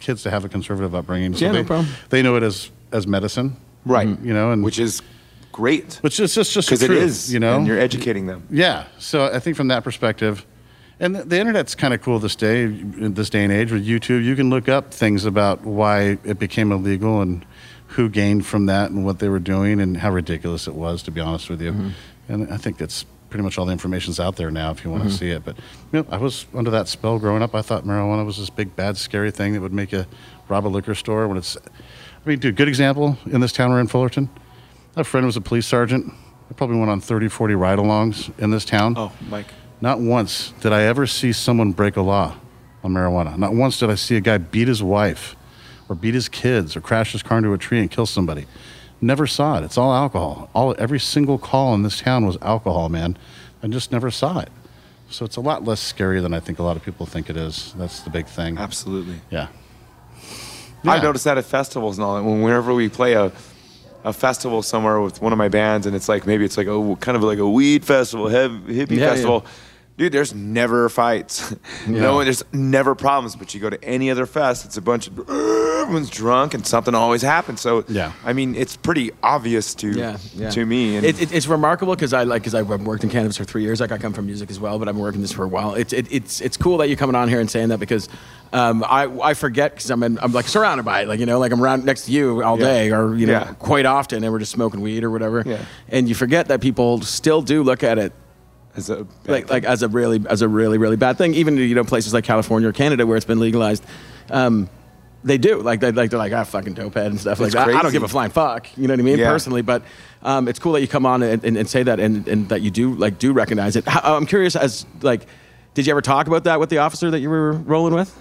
Speaker 5: kids to have a conservative upbringing. So
Speaker 4: Yeah, no
Speaker 5: they,
Speaker 4: problem.
Speaker 5: They know it as as medicine,
Speaker 6: Right.
Speaker 5: You know, and
Speaker 6: Which is great.
Speaker 5: which is just just the
Speaker 6: Because it
Speaker 5: truth,
Speaker 6: is.
Speaker 5: You know,
Speaker 6: And you're educating them.
Speaker 5: yeah. So I think from that perspective, and the, the internet's kind of cool this day, in this day and age with YouTube. You can look up things about why it became illegal and who gained from that and what they were doing and how ridiculous it was, to be honest with you. And I think that's pretty much all the information's out there now if you want to see it. But you know, I was under that spell growing up. I thought marijuana was this big, bad, scary thing that would make you rob a liquor store when it's. I mean, dude, good example in this town we're in, Fullerton. A friend was a police sergeant. I probably went on 30, 40 ride alongs in this town.
Speaker 6: Oh, Mike.
Speaker 5: Not once did I ever see someone break a law on marijuana. Not once did I see a guy beat his wife or beat his kids or crash his car into a tree and kill somebody. Never saw it. It's all alcohol. All every single call in this town was alcohol, man. I just never saw it. So it's a lot less scary than I think a lot of people think it is. That's the big thing.
Speaker 6: Absolutely.
Speaker 5: Yeah. Yeah.
Speaker 6: I've noticed that at festivals and all that. When whenever we play a a festival somewhere with one of my bands, and it's like maybe it's like a kind of like a weed festival, hev- hippie
Speaker 4: Yeah,
Speaker 6: festival. dude, there's never fights. no one, there's never problems. But you go to any other fest, it's a bunch of everyone's drunk and something always happens. So
Speaker 5: Yeah.
Speaker 6: I mean, it's pretty obvious to
Speaker 4: yeah, yeah.
Speaker 6: to me. And
Speaker 4: it, it, it's remarkable because I like because I've worked in cannabis for three years. Like I come from music as well, but I've been working this for a while. It's it, it's it's cool that you're coming on here and saying that because um, I I forget because I'm in, I'm like surrounded by it, like you know, like I'm around next to you all
Speaker 6: Yeah.
Speaker 4: day or you know
Speaker 6: Yeah.
Speaker 4: quite often, and we're just smoking weed or whatever.
Speaker 6: Yeah.
Speaker 4: And you forget that people still do look at it
Speaker 6: it's a bad
Speaker 4: like
Speaker 6: thing.
Speaker 4: like as a really as a really really bad thing. Even you know places like California or Canada where it's been legalized, um, they do like they like they're like ah fucking dope head and stuff like
Speaker 6: It's
Speaker 4: that. I don't
Speaker 6: crazy.
Speaker 4: give a flying fuck. You know what I mean
Speaker 6: Yeah.
Speaker 4: personally, but um, it's cool that you come on and, and, and say that and, and that you do like do recognize it. How, I'm curious as like, did you ever talk about that with the officer that you were rolling with?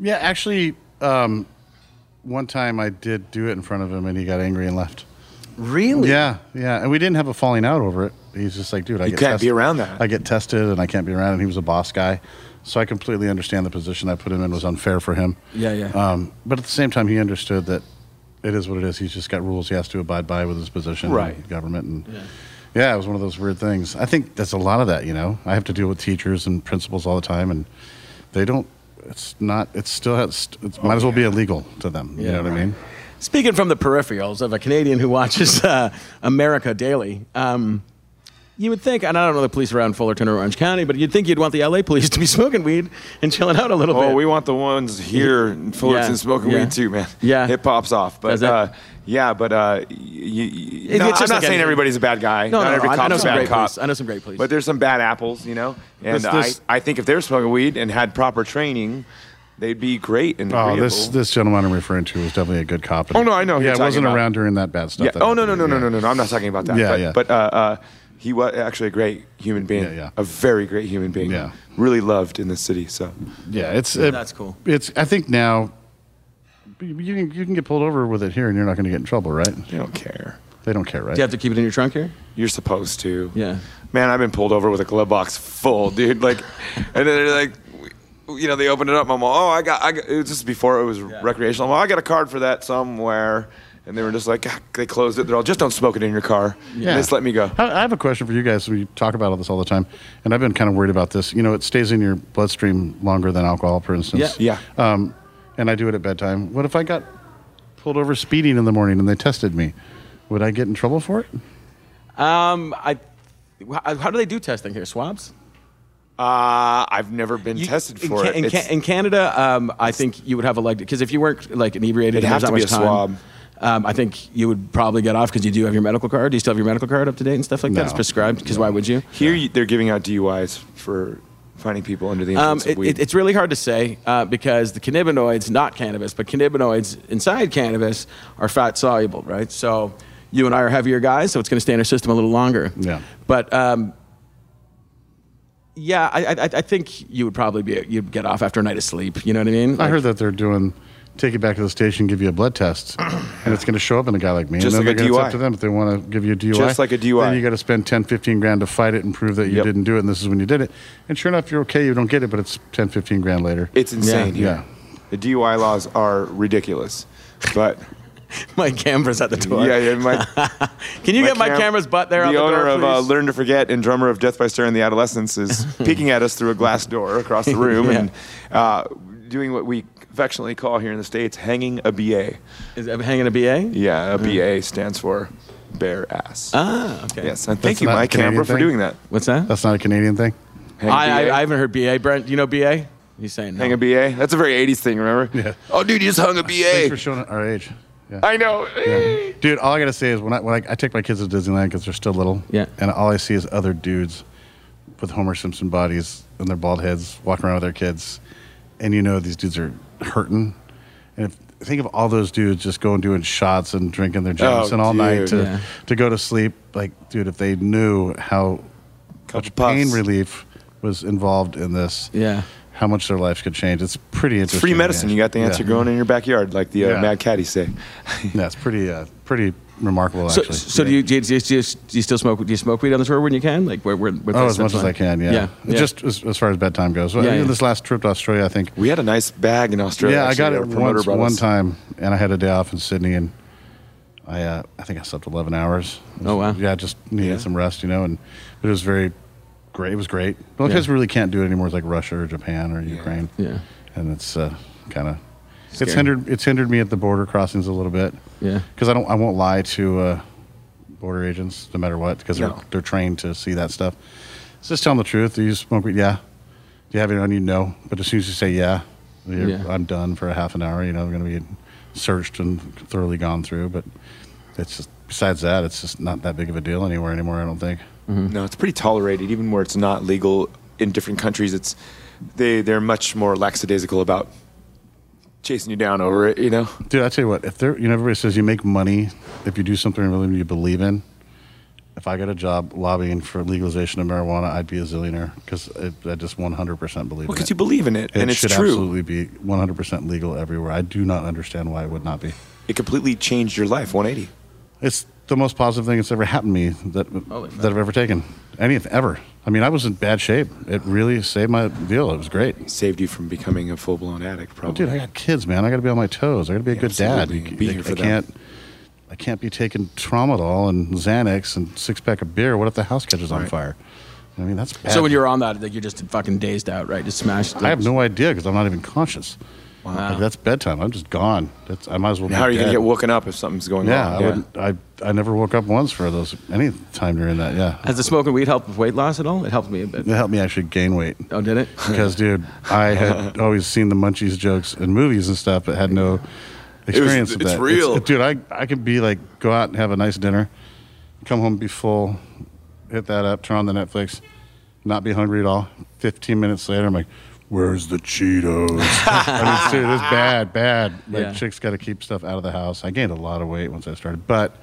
Speaker 5: Yeah, actually, um, one time I did do it in front of him, and he got angry and left.
Speaker 4: Really?
Speaker 5: Yeah, yeah, and we didn't have a falling out over it. He's just like, dude, I
Speaker 6: You
Speaker 5: get
Speaker 6: can't
Speaker 5: tested.
Speaker 6: be around that.
Speaker 5: I get tested, and I can't be around. And he was a boss guy, so I completely understand the position I put him in was unfair for him.
Speaker 4: Yeah, yeah.
Speaker 5: Um, but at the same time, he understood that it is what it is. He's just got rules he has to abide by with his position,
Speaker 4: Right.
Speaker 5: And government, and yeah. it was one of those weird things. I think that's a lot of that. You know, I have to deal with teachers and principals all the time, and they don't. It's not. It's still. It's, it might as well be illegal to them. you
Speaker 4: Yeah,
Speaker 5: know what I
Speaker 4: right.
Speaker 5: mean?
Speaker 4: Speaking from the peripherals of a Canadian who watches uh, America daily, um, you would think, and I don't know the police around Fullerton or Orange County, but you'd think you'd want the LA police to be smoking weed and chilling out a little
Speaker 6: Oh,
Speaker 4: bit.
Speaker 6: we want the ones here in Fullerton
Speaker 4: Yeah,
Speaker 6: smoking
Speaker 4: yeah.
Speaker 6: weed too, man.
Speaker 4: Yeah.
Speaker 6: hip hop's off, but
Speaker 4: Does it?
Speaker 6: uh, yeah, but uh, y- y-
Speaker 4: It-
Speaker 6: no, I'm
Speaker 4: it's just
Speaker 6: not
Speaker 4: like
Speaker 6: saying
Speaker 4: any-
Speaker 6: everybody's a bad guy.
Speaker 4: No,
Speaker 6: not
Speaker 4: no,
Speaker 6: every
Speaker 4: I- I
Speaker 6: cop's
Speaker 4: know
Speaker 6: a
Speaker 4: some
Speaker 6: bad
Speaker 4: great
Speaker 6: cop.
Speaker 4: police. I know some great police.
Speaker 6: but there's some bad apples, you know. And
Speaker 5: This- this-
Speaker 6: I, I think if they were smoking weed and had proper training, they'd be great and
Speaker 5: Oh,
Speaker 6: agreeable.
Speaker 5: this this gentleman I'm referring to was definitely a good cop.
Speaker 6: Oh, no, I know
Speaker 5: Yeah,
Speaker 6: who
Speaker 5: I
Speaker 6: you're talking
Speaker 5: wasn't
Speaker 6: about.
Speaker 5: around during that bad stuff.
Speaker 6: yeah.
Speaker 5: that
Speaker 6: Oh no no
Speaker 5: happened,
Speaker 6: no no
Speaker 5: yeah.
Speaker 6: no no no! I'm not talking about that.
Speaker 5: Yeah,
Speaker 6: but,
Speaker 5: yeah.
Speaker 6: but uh, uh, he was actually a great human being.
Speaker 5: Yeah, yeah.
Speaker 6: A very great human being.
Speaker 5: Yeah.
Speaker 6: Really loved in this city. So
Speaker 5: Yeah, it's it-
Speaker 4: That's cool.
Speaker 5: It's I think now you can you can get pulled over with it here and you're not going to get in trouble, right?
Speaker 6: they don't care.
Speaker 5: They don't care, right?
Speaker 4: Do you have to keep it in your trunk here?
Speaker 6: You're supposed to.
Speaker 4: Yeah.
Speaker 6: Man, I've been pulled over with a glove box full, dude. Like, and then they're like, you know, they opened it up. I'm all, oh, I got, I got. It was just before it was recreational. I'm all, I got a card for that somewhere. And they were just like, "Ah," they closed it. They're all, just don't smoke it in your car. Yeah. just let me go.
Speaker 5: I, I have a question for you guys. We talk about all this all the time, and I've been kind of worried about this. You know, it stays in your bloodstream longer than alcohol, for instance.
Speaker 6: Yeah.
Speaker 5: Um, and I do it at bedtime. What if I got pulled over speeding in the morning and they tested me? Would I get in trouble for it?
Speaker 4: Um, I, how, how do they do testing here? Swabs?
Speaker 6: Uh, I've never been
Speaker 4: You-
Speaker 6: tested
Speaker 4: in
Speaker 6: for
Speaker 4: Ca-
Speaker 6: it.
Speaker 4: In,
Speaker 6: It's-
Speaker 4: Ca- in Canada, um, I think you would have a leg because if you weren't like inebriated,
Speaker 6: It'd
Speaker 4: and
Speaker 6: have
Speaker 4: there's
Speaker 6: to
Speaker 4: not
Speaker 6: be
Speaker 4: much
Speaker 6: a
Speaker 4: time,
Speaker 6: swab.
Speaker 4: Um, I think you would probably get off because you do have your medical card. Do you still have your medical card up to date and stuff like that?
Speaker 5: No.
Speaker 4: It's prescribed because why would you?
Speaker 6: here, you, they're giving out DUIs for finding people under the
Speaker 4: Um,
Speaker 6: influence
Speaker 4: it,
Speaker 6: of weed.
Speaker 4: it- it's really hard to say uh, because the cannabinoids, not cannabis, but cannabinoids inside cannabis are fat soluble, right? So you and I are heavier guys, so it's going to stay in our system a little longer.
Speaker 5: Yeah.
Speaker 4: But um, yeah, I, I, I I think you would probably be you'd get off after a night of sleep. You know what I mean?
Speaker 5: I heard that they're doing take it back to the station, give you a blood test, and it's going to show up in a guy like me.
Speaker 6: Just
Speaker 5: and then
Speaker 6: like a
Speaker 5: they're gonna- It's
Speaker 6: DUI.
Speaker 5: up to them if they want to give you a DUI.
Speaker 6: Just like a DUI.
Speaker 5: Then you got to spend 10, 15 grand to fight it and prove that you
Speaker 6: Yep.
Speaker 5: didn't do it, and this is when you did it. And sure enough, you're okay. You don't get it, but it's 10, 15 grand later.
Speaker 6: It's insane
Speaker 5: Yeah.
Speaker 6: here. The DUI laws are ridiculous, but.
Speaker 4: my camera's at the door.
Speaker 6: Yeah, yeah. My,
Speaker 4: Can you get my
Speaker 6: cam-
Speaker 4: camera's butt there?
Speaker 6: The
Speaker 4: on the
Speaker 6: owner
Speaker 4: door,
Speaker 6: of uh,
Speaker 4: please?
Speaker 6: Learn to Forget and drummer of Death by Stare and the Adolescents is peeking at us through a glass door across the room
Speaker 4: Yeah.
Speaker 6: and uh, doing what we affectionately call here in the states hanging a BA.
Speaker 4: is it hanging a BA.
Speaker 6: Yeah, a BA stands for bare ass.
Speaker 4: Mm. Ah, okay.
Speaker 6: yes, and thank
Speaker 5: That's
Speaker 6: you,
Speaker 5: not a
Speaker 6: Mike
Speaker 5: Canadian
Speaker 6: Camera, for
Speaker 5: thing?
Speaker 6: doing that.
Speaker 4: What's that?
Speaker 5: That's not a Canadian thing.
Speaker 6: Hang
Speaker 4: I,
Speaker 6: BA.
Speaker 4: I, I haven't heard BA. Brent, do you know BA? He's saying no.
Speaker 6: hang a BA. That's a very '80s thing, remember?
Speaker 5: Yeah.
Speaker 6: Oh, dude, you just hung a
Speaker 5: Thanks for
Speaker 6: BA.
Speaker 5: showing our age. Yeah.
Speaker 6: I know.
Speaker 5: Dude, all I gotta say is when I when I, I take my kids to Disneyland because they're still little,
Speaker 4: Yeah.
Speaker 5: and all I see is other dudes with Homer Simpson bodies and their bald heads walking around with their kids, and you know these dudes are hurting. And if, think of all those dudes just going doing shots and drinking their jams
Speaker 6: Oh,
Speaker 5: and all night
Speaker 6: dude.
Speaker 5: to
Speaker 4: Yeah.
Speaker 5: to go to sleep. Like, dude, if they knew how
Speaker 6: Couple
Speaker 5: much pain
Speaker 6: puffs.
Speaker 5: relief was involved in this,
Speaker 4: Yeah.
Speaker 5: how much their lives could change. It's pretty
Speaker 6: It's
Speaker 5: interesting.
Speaker 6: free medicine.
Speaker 5: man.
Speaker 6: You got the
Speaker 5: Yeah.
Speaker 6: answer growing in your backyard, like the uh,
Speaker 5: Yeah.
Speaker 6: Mad Caddies say.
Speaker 5: Yeah, it's pretty uh, pretty remarkable.
Speaker 4: So,
Speaker 5: Actually,
Speaker 4: so do, you, do, you, do, you, do you still smoke? Do you smoke weed on the tour when you can? Like where? where, where
Speaker 5: Oh,
Speaker 4: that's-
Speaker 5: as much
Speaker 4: that's
Speaker 5: as I
Speaker 4: fine.
Speaker 5: can, yeah. Just as, as far as bedtime goes. Well,
Speaker 4: Yeah,
Speaker 5: even
Speaker 4: yeah.
Speaker 5: this last trip to Australia, I think.
Speaker 6: We had a nice bag in Australia.
Speaker 5: yeah, I
Speaker 6: actually,
Speaker 5: got
Speaker 6: our
Speaker 5: it
Speaker 6: promoter
Speaker 5: once,
Speaker 6: brought
Speaker 5: one
Speaker 6: us.
Speaker 5: time, and I had a day off in Sydney, and I uh, I think I slept 11 hours.
Speaker 4: Oh, wow.
Speaker 5: Yeah, just needed
Speaker 6: Yeah.
Speaker 5: some rest, you know, and but it was very great. It was great. The only
Speaker 4: Yeah.
Speaker 5: place we really can't do it anymore is like Russia or Japan or Ukraine.
Speaker 4: Yeah.
Speaker 5: and it's uh, kind of
Speaker 4: Scary.
Speaker 5: it's hindered it's hindered me at the border crossings a little bit.
Speaker 4: Yeah.
Speaker 5: because I don't I won't lie to uh, border agents no matter what because
Speaker 4: No.
Speaker 5: they're they're trained to see that stuff. It's just telling the truth. Do you smoke weed? Yeah. Do you have it on you? No. But as soon as you say yeah, you're,
Speaker 4: Yeah.
Speaker 5: I'm done for a half an hour. You know, I'm going to be searched and thoroughly gone through. But it's just besides that, it's just not that big of a deal anywhere anymore. I don't think.
Speaker 4: Mm-hmm.
Speaker 6: No, it's pretty tolerated, even where it's not legal in different countries. It's they they're much more lackadaisical about chasing you down over it. You know,
Speaker 5: Dude, I tell you what, if there, you know, everybody says you make money if you do something really you believe in. If I got a job lobbying for legalization of marijuana, I'd be a zillionaire because I just 100% believe
Speaker 6: well,
Speaker 5: in it.
Speaker 6: because you believe in it,
Speaker 5: it
Speaker 6: and it's
Speaker 5: should
Speaker 6: true.
Speaker 5: absolutely be 100% legal everywhere. I do not understand why it would not be.
Speaker 6: It completely changed your life 180.
Speaker 5: It's the most positive thing that's ever happened to me that
Speaker 4: Holy
Speaker 5: that I've ever taken. Anything ever. I mean, I was in bad shape. It really saved my deal. It was great.
Speaker 6: Saved you from becoming a full blown addict, probably.
Speaker 5: dude, I got kids, man. I got to be on my toes. I got to be a
Speaker 6: Yeah,
Speaker 5: good dad.
Speaker 6: absolutely.
Speaker 5: You-
Speaker 6: Be
Speaker 5: I,
Speaker 6: here for
Speaker 5: I
Speaker 6: them.
Speaker 5: can't. I can't be taking Tramadol and Xanax and six pack of beer. What if the house catches on
Speaker 6: Right.
Speaker 5: fire? I mean, that's bad.
Speaker 4: So when you're on that, like you're just fucking dazed out, right? Just smashed.
Speaker 5: I have no idea because I'm not even conscious.
Speaker 4: Wow.
Speaker 5: Like, that's bedtime. I'm just gone. That's I might as well. be
Speaker 6: How are you
Speaker 5: dead.
Speaker 6: gonna get woken up if something's going
Speaker 5: Yeah,
Speaker 6: wrong?
Speaker 5: I wouldn't. I I never woke up once for those any time during that. Yeah,
Speaker 4: Has the smoking weed helped with weight loss at all? It helped me a bit.
Speaker 5: it helped me actually gain weight.
Speaker 4: Oh, did it?
Speaker 5: because dude, I had always seen the Munchies jokes in movies and stuff, but had no experience with
Speaker 6: it's
Speaker 5: that.
Speaker 6: real.
Speaker 5: dude. I I could be like go out and have a nice dinner, come home be full, hit that up, turn on the Netflix, not be hungry at all. Fifteen minutes later, I'm like. Where's the Cheetos? I mean, dude, it's bad, bad. Like,
Speaker 4: Yeah.
Speaker 5: chicks got to keep stuff out of the house. I gained a lot of weight once I started, but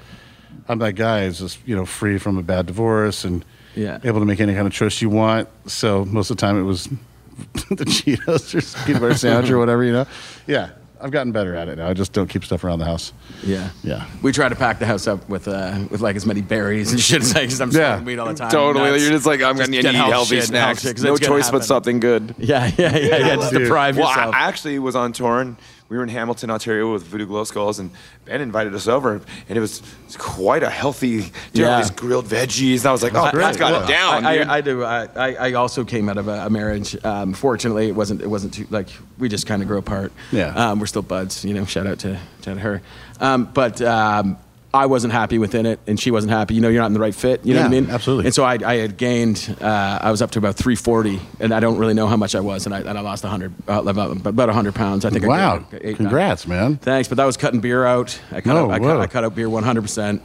Speaker 5: I'm that guy who's just you know free from a bad divorce and
Speaker 4: Yeah.
Speaker 5: able to make any kind of choice you want. So most of the time it was the Cheetos or peanut butter sandwich or whatever you know. Yeah, I've gotten better at it now. I just don't keep stuff around the house.
Speaker 4: Yeah.
Speaker 5: Yeah.
Speaker 4: We try to pack the house up with uh, with like as many berries and shit. It's like 'cause I'm
Speaker 5: Yeah.
Speaker 4: smoking weed all the time.
Speaker 6: Totally.
Speaker 4: Nuts.
Speaker 6: You're just like, I'm
Speaker 4: Just
Speaker 6: going to need
Speaker 4: get health
Speaker 6: healthy
Speaker 4: shit, health
Speaker 6: snacks.
Speaker 4: shit, 'cause
Speaker 6: no
Speaker 4: it's gonna
Speaker 6: choice but
Speaker 4: happen.
Speaker 6: something good.
Speaker 4: Yeah, yeah, yeah, yeah. Just
Speaker 5: Dude.
Speaker 4: deprive
Speaker 6: Well,
Speaker 4: yourself.
Speaker 6: I actually was on tour and we were in Hamilton, Ontario with Voodoo Glow Skulls, and Ben invited us over, and it was, it was quite a healthy dinner.
Speaker 4: Yeah.
Speaker 6: These grilled veggies, and I was like, oh, Brad's got it down.
Speaker 4: I,
Speaker 6: dude.
Speaker 4: I, I do. I, I I also came out of a, a marriage. Um, fortunately, it wasn't. It wasn't too like we just kind of grew apart.
Speaker 5: Yeah.
Speaker 4: Um, we're still buds. You know. Shout out to shout out to her. Um, but um, I wasn't happy within it, and she wasn't happy. You know, you're not in the right fit. You know what I
Speaker 5: Yeah,
Speaker 4: mean?
Speaker 5: absolutely.
Speaker 4: And so I, I had gained. Uh, I was up to about 340, and I don't really know how much I was, and I, and I lost 100, uh, about about 100 pounds. I think. I
Speaker 5: Wow,
Speaker 4: gained, like, eight, nine-
Speaker 5: congrats, man.
Speaker 4: Thanks, but that was cutting beer out. I cut,
Speaker 5: No,
Speaker 4: out, I cut,
Speaker 5: Oh, whoa.
Speaker 4: I cut out beer 100%.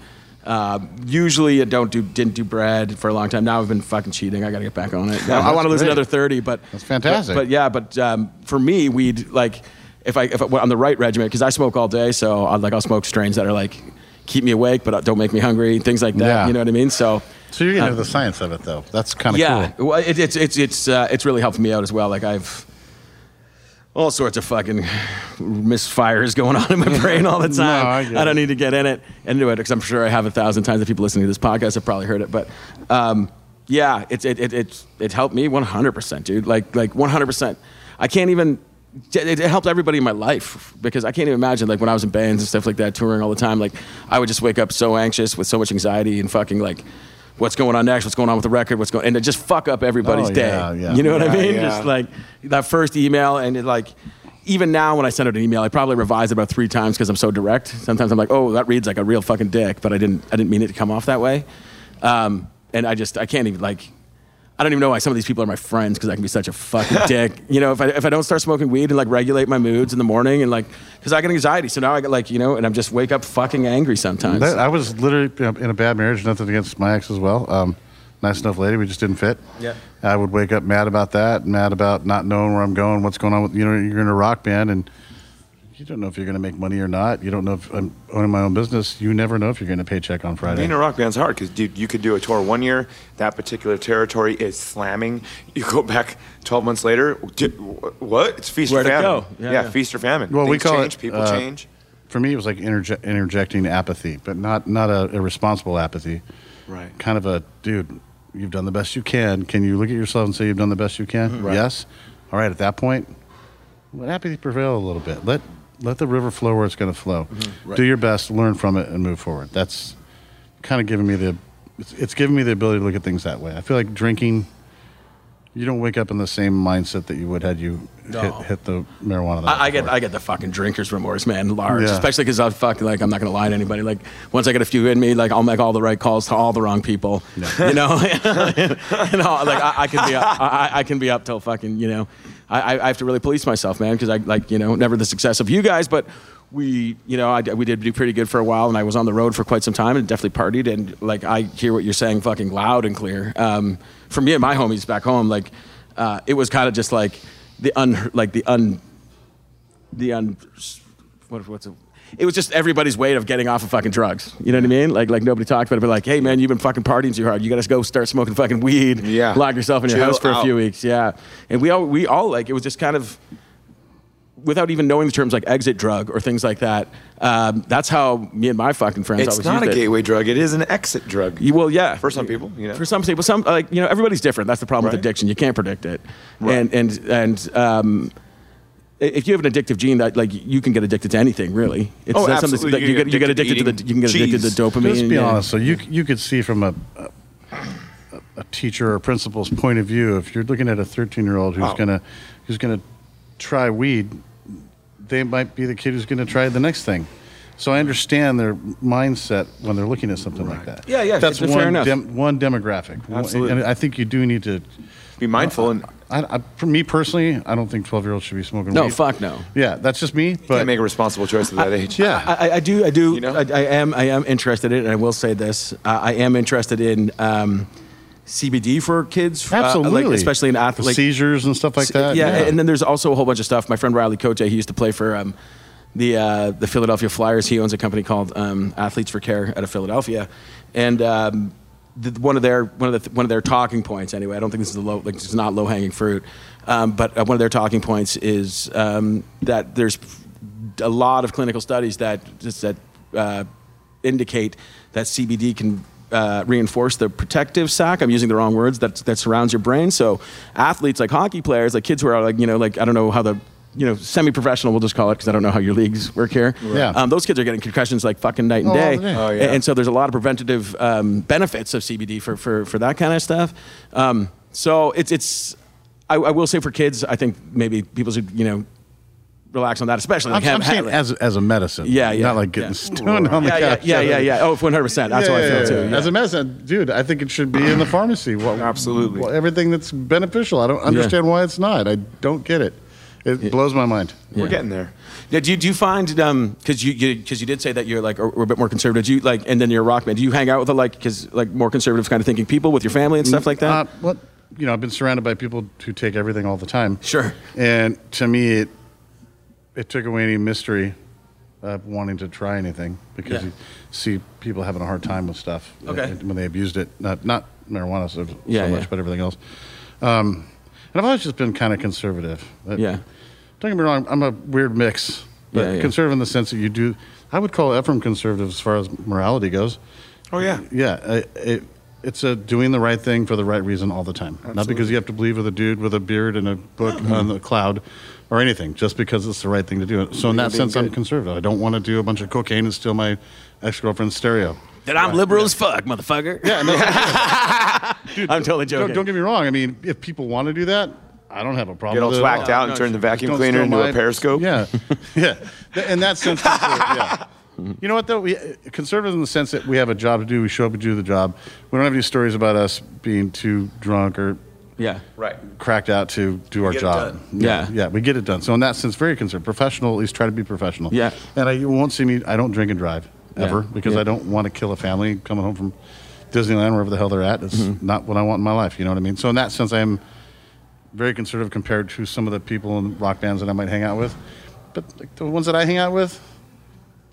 Speaker 4: Uh, usually, I don't do didn't do bread for a long time. Now I've been fucking cheating. I got to get back on it. Now, I
Speaker 5: that's
Speaker 4: want to lose
Speaker 5: great.
Speaker 4: another 30, but
Speaker 5: That's fantastic.
Speaker 4: But, but yeah, but um, for me, we'd like if I if I, on the right regimen because I smoke all day, so I like I'll smoke strains that are like keep me awake but don't make me hungry, things like that.
Speaker 5: Yeah.
Speaker 4: You know what I mean? So
Speaker 5: So you're gonna
Speaker 4: Um,
Speaker 5: have the science of it though. That's kind of
Speaker 4: yeah,
Speaker 5: cool.
Speaker 4: well, it, it's it's it's uh, it's really helped me out as well. Like I've all sorts of fucking misfires going on in my brain all the time.
Speaker 5: I get
Speaker 4: don't
Speaker 5: it.
Speaker 4: need to get in it and do it because I'm sure I have a thousand times. The people listening to this podcast have probably heard it, but. Um, yeah, it's it, it it it helped me 100%, dude. Like like 100%. I can't even it, it helped everybody in my life because I can't even imagine like when I was in bands and stuff like that touring all the time like I would just wake up so anxious with so much anxiety and fucking like what's going on next, what's going on with the record, what's going and it just fuck up everybody's
Speaker 5: Oh,
Speaker 4: day.
Speaker 5: yeah, yeah.
Speaker 4: You know what I
Speaker 6: Yeah,
Speaker 4: mean?
Speaker 6: yeah.
Speaker 4: Just like that first email and it like even now when I send out an email, I probably revise it about three times because I'm so direct. Sometimes I'm like, oh, that reads like a real fucking dick, but I didn't I didn't mean it to come off that way. Um, and I just I can't even like I don't even know why some of these people are my friends because I can be such a fucking dick. You know, if I if I don't start smoking weed and like regulate my moods in the morning and like because I get anxiety, so now I get like you know, and I'm just wake up fucking angry sometimes.
Speaker 5: That- I was literally you know, in a bad marriage. Nothing against my ex as well. Um, nice enough lady. We just didn't fit.
Speaker 4: Yeah.
Speaker 5: I would wake up mad about that, mad about not knowing where I'm going, what's going on with you know you're in a rock band and you don't know if you're going to make money or not. You don't know if I'm owning my own business. You never know if you're getting a paycheck on Friday.
Speaker 6: Being a rock band's hard because, dude, you could do a tour one year, that particular territory is slamming. You go back 12 months later, dude, wh- what? It's feast
Speaker 4: Where
Speaker 6: or
Speaker 4: to
Speaker 6: famine.
Speaker 4: go? Yeah,
Speaker 6: Yeah,
Speaker 4: yeah.
Speaker 6: feast or famine.
Speaker 5: Well, we
Speaker 6: Things
Speaker 5: call
Speaker 6: change,
Speaker 5: it,
Speaker 6: people
Speaker 5: uh,
Speaker 6: change.
Speaker 5: for me, it was like interje- interjecting apathy, but not not a irresponsible apathy.
Speaker 6: Right.
Speaker 5: Kind of a dude. You've done the best you can. Can you look at yourself and say you've done the best you
Speaker 6: Mm-hmm.
Speaker 5: can? Yes. All right. At that point, let apathy prevail a little bit. Let let the river flow where it's going to flow.
Speaker 6: Mm-hmm.
Speaker 5: Do your best, learn from it, and move forward. That's kind of giving me the. It's, it's giving me the ability to look at things that way. I feel like drinking You don't wake up in the same mindset that you would had you hit,
Speaker 4: No.
Speaker 5: hit the marijuana. the night
Speaker 4: I, I get
Speaker 5: before.
Speaker 4: I get the fucking drinker's remorse, man, large.
Speaker 5: Yeah.
Speaker 4: Especially because I fucking like I'm not gonna lie to anybody. Like once I get a few in me, like I'll make all the right calls to all the wrong people. You know, you know, like I, I can be up, I, I can be up till fucking you know, I, I- I have to really police myself, man, because I like you know never the success of you guys, but. We, you know, I, we did do pretty good for a while, and I was on the road for quite some time, and definitely partied. And like, I hear what you're saying, fucking loud and clear. Um, for me and my homies back home, like, uh, it was kind of just like the un, like the un, the un, what, what's it? It was just everybody's way of getting off of fucking drugs. You know what I mean? Like, like nobody talked about it, but like, hey man, you've been fucking partying too hard. You got to go start smoking fucking weed.
Speaker 6: Yeah.
Speaker 4: Lock yourself in your
Speaker 6: Chill
Speaker 4: house for a few
Speaker 6: out.
Speaker 4: weeks. Yeah. And we all, we all like, it was just kind of, without even knowing the terms like exit drug or things like that. Um, that's how me and my fucking friends
Speaker 6: It's
Speaker 4: always
Speaker 6: not a
Speaker 4: used it.
Speaker 6: gateway drug. It is an exit drug.
Speaker 4: You, well, yeah.
Speaker 6: For some people, you know.
Speaker 4: For some people, some like you know, everybody's different. That's the problem with
Speaker 6: Right.
Speaker 4: addiction. You can't predict it. And and and um, i- if you have an addictive gene, that like you can get addicted to anything, really. It's
Speaker 6: Oh,
Speaker 4: that's something- like,
Speaker 6: absolutely. You
Speaker 4: you,
Speaker 6: get
Speaker 4: get, you get
Speaker 6: addicted
Speaker 4: addicted
Speaker 6: to
Speaker 4: to the you can get
Speaker 6: eating
Speaker 4: addicted to dopamine.
Speaker 5: Just be
Speaker 4: yeah.
Speaker 5: honest. So you you could see from a, a a teacher or principal's point of view if you're looking at a 13 year old who's
Speaker 6: Oh.
Speaker 5: gonna who's gonna try weed, they might be the kid who's gonna try the next thing. So I understand their mindset when they're looking at something like that.
Speaker 4: Yeah, yeah,
Speaker 5: That's
Speaker 4: fair
Speaker 5: one
Speaker 4: enough.
Speaker 5: Dem- one demographic. One-
Speaker 6: Absolutely.
Speaker 5: and I think you do need to.
Speaker 6: Be mindful and
Speaker 5: I, I, for me personally, I don't think 12 year olds should be smoking.
Speaker 4: No,
Speaker 5: weed.
Speaker 4: fuck no.
Speaker 5: Yeah, that's just me.
Speaker 6: can't
Speaker 5: But
Speaker 6: make a responsible choice at that age.
Speaker 5: yeah,
Speaker 4: I, I- I do. I do.
Speaker 6: You know?
Speaker 4: I, I am. I am interested in, and I will say this: I, I am interested in um, CBD for kids, uh, like,
Speaker 5: absolutely,
Speaker 4: especially in
Speaker 5: For
Speaker 4: athletes.
Speaker 5: seizures and stuff like that.
Speaker 4: Yeah, and then there's also a whole bunch of stuff. My friend Riley Cote, he used to play for um, the uh, the Philadelphia Flyers. He owns a company called um, Athletes for Care out of Philadelphia, and um, the, one of their one of the one of their talking points. Anyway, I don't think this is the low like this is not low hanging fruit, um, but uh, one of their talking points is um, that there's a lot of clinical studies that just that uh, indicate that CBD can uh, reinforce the protective sac. I'm using the wrong words that that surrounds your brain. So athletes like hockey players, like kids who are like you know like I don't know how the you know semi-professional we'll just call it because I don't know how your leagues work here.
Speaker 5: Yeah.
Speaker 4: Um, those kids are getting concussions like fucking night and
Speaker 5: Oh, all
Speaker 4: day.
Speaker 5: the day.
Speaker 4: A-
Speaker 5: Oh,
Speaker 4: and, so there's a lot of preventative um, benefits of CBD for for for that kind of stuff. Um, so it's it's. I, I will say for kids, I think maybe people should you know relax on that, especially like
Speaker 5: I'm, I'm
Speaker 4: have-
Speaker 5: saying as as a medicine.
Speaker 4: Yeah, yeah,
Speaker 5: Not like getting
Speaker 4: yeah.
Speaker 5: stoned on the
Speaker 4: yeah, yeah,
Speaker 5: couch.
Speaker 4: yeah, yeah, yeah. Oh, 100%. That's how I feel too. yeah.
Speaker 5: As a medicine, dude, I think it should be in the pharmacy. What,
Speaker 6: Absolutely.
Speaker 5: what- everything that's beneficial. I don't understand why it's not. I don't get it. It blows my mind.
Speaker 6: We're
Speaker 4: Yeah.
Speaker 6: getting there.
Speaker 4: Yeah, do you, do you find because you because you, did say that you're like are, are a bit more conservative? Do you like and then you're a rock band? Do you hang out with the like because like more conservative kind of thinking people with your family and stuff like that?
Speaker 5: Uh, what you know, I've been surrounded by people who take everything all the time.
Speaker 4: Sure.
Speaker 5: And to me, it it took away any mystery of wanting to try anything because
Speaker 4: Yeah.
Speaker 5: you see people having a hard time with stuff
Speaker 4: Okay.
Speaker 5: when they abused it. Not not marijuana so, so
Speaker 4: Yeah,
Speaker 5: much,
Speaker 4: yeah.
Speaker 5: but everything else. Um, and I've always just been kind of conservative. Uh,
Speaker 4: Yeah.
Speaker 5: Don't get me wrong. I'm a weird mix, but
Speaker 4: Yeah, yeah.
Speaker 5: conservative in the sense that you do. I would call Ephraim conservative as far as morality goes.
Speaker 6: Oh yeah.
Speaker 5: Yeah, I- it, it's a doing the right thing for the right reason all the time. Not because you have to believe with a dude with a beard and a book on the cloud or anything, just because it's the right thing to do. So in that sense, I'm conservative. I don't want to do a bunch of cocaine and steal my ex girlfriend's stereo.
Speaker 4: That I'm liberal as fuck, motherfucker. Yeah, I'm totally joking.
Speaker 5: Don't, don't get me wrong. I mean, if people want to do that, I don't have a problem.
Speaker 6: Get all
Speaker 5: with it at
Speaker 6: twacked
Speaker 5: all.
Speaker 6: out and turn the vacuum
Speaker 5: Don't
Speaker 6: cleaner
Speaker 5: steal
Speaker 6: into
Speaker 5: my-
Speaker 6: a periscope.
Speaker 5: Yeah, yeah. Th- In that sense, it's true, yeah. You know what though? We conservative in the sense that we have a job to do. We show up and do the job. We don't have any stories about us being too drunk or
Speaker 4: yeah,
Speaker 6: Right.
Speaker 5: cracked out to do our
Speaker 6: get it
Speaker 5: job.
Speaker 6: done.
Speaker 4: Yeah.
Speaker 5: yeah, we get it done. So in that sense, very concerned, professional. At least try to be professional.
Speaker 4: Yeah.
Speaker 5: and I, you won't see me. I don't drink and drive
Speaker 4: Yeah.
Speaker 5: ever because
Speaker 4: Yeah.
Speaker 5: I don't want to kill a family coming home from Disneyland, wherever the hell they're at. It's
Speaker 4: Mm-hmm.
Speaker 5: not what I want in my life. You know what I mean? So in that sense, I am very conservative compared to some of the people in rock bands that I might hang out with. But like, the ones that I hang out with,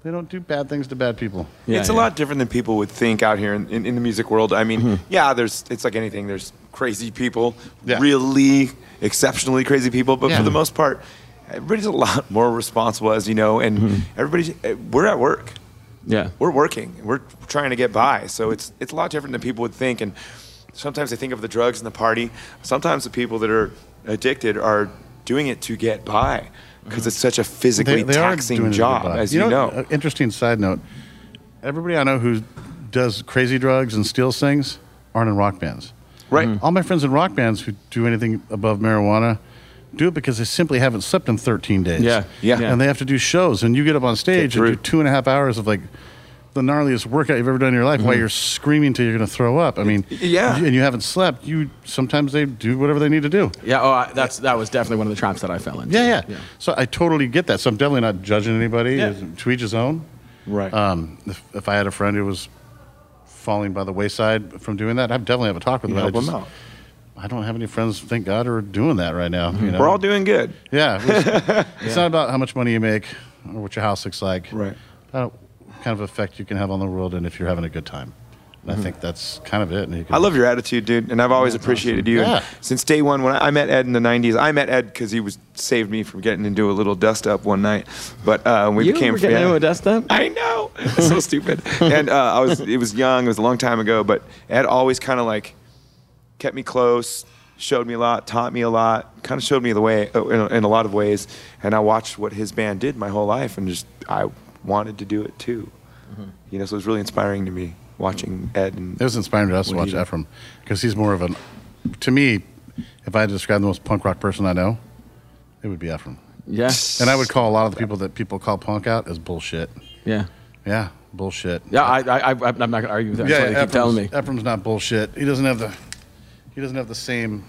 Speaker 5: they don't do bad things to bad people.
Speaker 4: Yeah,
Speaker 6: it's a
Speaker 4: yeah.
Speaker 6: lot different than people would think out here in, in, in the music world. I mean,
Speaker 4: Mm-hmm.
Speaker 6: yeah, there's it's like anything. There's crazy people,
Speaker 5: Yeah.
Speaker 6: really exceptionally crazy people, but
Speaker 5: Yeah.
Speaker 6: for the most part, everybody's a lot more responsible, as you know, and
Speaker 4: Mm-hmm.
Speaker 6: everybody's eh, we're at work.
Speaker 4: yeah.
Speaker 6: We're working. We're trying to get by. So it's it's a lot different than people would think. And sometimes they think of the drugs and the party. Sometimes the people that are addicted are doing it to get by because it's such a physically taxing
Speaker 5: doing it
Speaker 6: job,
Speaker 5: goodbye.
Speaker 6: as you, know.
Speaker 5: uh, interesting side note. Everybody I know who does crazy drugs and steals things aren't in rock bands. Mm-hmm.
Speaker 6: Right.
Speaker 5: All my friends in rock bands who do anything above marijuana do it because they simply haven't slept in 13 days.
Speaker 4: Yeah.
Speaker 6: Yeah.
Speaker 5: And they have to do shows, and you get up on stage and
Speaker 6: through.
Speaker 5: do two and a half hours of like the gnarliest workout you've ever done in your life while you're screaming till you're going to throw up. I mean,
Speaker 6: Mm-hmm. Yeah.
Speaker 5: And you haven't slept. You sometimes they do whatever they need to do.
Speaker 4: Yeah, oh, I, that's that was definitely one of the traps that I fell into.
Speaker 5: Yeah, yeah. So I totally get that. So I'm definitely not judging anybody.
Speaker 4: Yeah.
Speaker 5: To each his own.
Speaker 4: Right.
Speaker 6: Uh,
Speaker 5: Um, if, if I had a friend who was falling by the wayside from doing that, I'd definitely have a talk with them.
Speaker 6: Help
Speaker 5: I,
Speaker 6: them
Speaker 5: just-
Speaker 6: out. Mm-hmm.
Speaker 5: I don't have any friends, thank God, who are doing that right now. You know?
Speaker 6: We're all doing good.
Speaker 5: Yeah. It's, it's not about how much money you make or what your house looks like.
Speaker 6: Right.
Speaker 5: About what kind of effect you can have on the world and if you're having a good time. And I think that's kind of it. And you can,
Speaker 6: Mm-hmm. I love your attitude, dude, and I've always appreciated you. And
Speaker 5: Yeah.
Speaker 6: Since day one, when I, I met Ed in the '90s, I met Ed because he was saved me from getting into a little dust up one night. But uh, we
Speaker 4: you
Speaker 6: became
Speaker 4: were getting
Speaker 6: friends.
Speaker 4: into a dust up.
Speaker 6: I know. It's so stupid. And uh, I was, it was young. It was a long time ago, but Ed always kind of like kept me close, showed me a lot, taught me a lot, kind of showed me the way uh, in, in a lot of ways. And I watched what his band did my whole life, and just I wanted to do it too. You know, so it was really inspiring to me watching Ed. And
Speaker 5: It was inspiring to us to
Speaker 6: What do
Speaker 5: watch
Speaker 6: you do?
Speaker 5: Ephraim because he's more of an, to me, if I had to describe the most punk rock person I know, it would be Ephraim.
Speaker 4: Yeah,
Speaker 5: And I would call a lot of the people that people call punk out as bullshit.
Speaker 4: yeah,
Speaker 5: Yeah, bullshit.
Speaker 4: yeah. I, I, I I'm not going to argue with that. Yeah, they keep
Speaker 5: Ephraim's,
Speaker 4: telling me.
Speaker 5: Ephraim's not bullshit. He doesn't have the, he doesn't have the same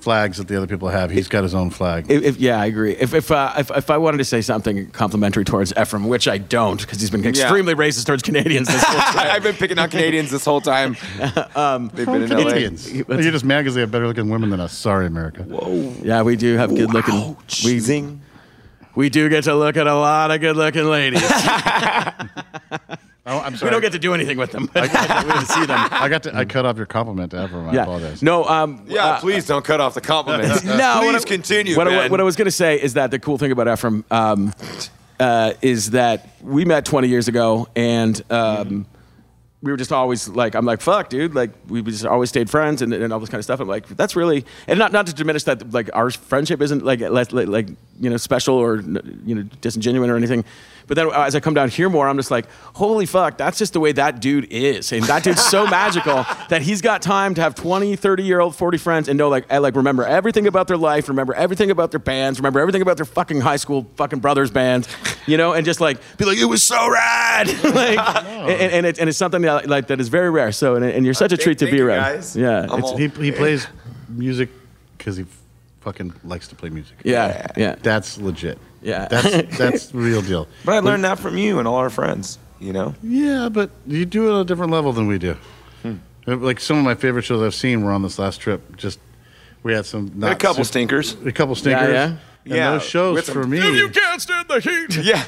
Speaker 5: flags that the other people have. He's got his own flag.
Speaker 4: If, if- yeah, I agree. If if, uh, if if I wanted to say something complimentary towards Ephraim, which I don't, because he's been extremely racist towards Canadians this whole time.
Speaker 6: I've been picking on Canadians this whole time. They've been in LA.
Speaker 5: Indians. You're just mad because they have better looking women than us. Sorry, America. Oh,
Speaker 4: Yeah, we do have good looking. We,
Speaker 6: Zing.
Speaker 4: we do get to look at a lot of good looking ladies.
Speaker 5: Oh, I'm
Speaker 4: we
Speaker 5: sorry.
Speaker 4: don't get to do anything with them. we get to see them.
Speaker 5: I got to. I cut off your compliment to Ephraim. I
Speaker 4: Yeah.
Speaker 5: apologize.
Speaker 4: No. Um.
Speaker 6: Yeah,
Speaker 4: uh,
Speaker 6: please don't cut off the compliments.
Speaker 4: No,
Speaker 6: please
Speaker 4: what I-
Speaker 6: continue.
Speaker 4: What, I-
Speaker 6: man.
Speaker 4: what I was going to say is that the cool thing about Ephraim um, uh, is that we met 20 years ago, and um, we were just always like, I'm like, fuck, dude. Like, we just always stayed friends and, and all this kind of stuff. I'm like, that's really, and not, not to diminish that, like, our friendship isn't like, like, like- like, you know, special or, you know, disingenuous or anything. But then as I come down here more, I'm just like, holy fuck, that's just the way that dude is. And that dude's so magical that he's got time to have 20, 30 year old, 40 friends and know, like, I, like, remember everything about their life, remember everything about their bands, remember everything about their fucking high school fucking brothers' bands, you know, and just like be like, it was so rad. like, and, and, it, and it's something that, like, that is very rare. So, and, and you're such a
Speaker 6: thank-
Speaker 4: treat to
Speaker 6: thank
Speaker 4: be
Speaker 6: you,
Speaker 4: around.
Speaker 6: guys.
Speaker 4: Yeah.
Speaker 6: I'm
Speaker 4: it's-
Speaker 6: all-
Speaker 5: He he plays music because he fucking likes to play music.
Speaker 4: yeah. Yeah.
Speaker 5: That's legit.
Speaker 4: Yeah.
Speaker 5: That's that's real deal.
Speaker 6: But I learned that from you and all our friends. You know,
Speaker 5: Yeah, but you do it on a different level than we do.
Speaker 4: Hmm.
Speaker 5: Like some of my favorite shows I've seen were on this last trip. Just we had some not
Speaker 6: a couple
Speaker 5: sup-
Speaker 6: stinkers.
Speaker 5: a couple stinkers.
Speaker 4: yeah.
Speaker 5: And
Speaker 6: Yeah,
Speaker 5: those shows
Speaker 6: with some-
Speaker 5: for me.
Speaker 4: can't stand the heat.
Speaker 6: Yeah,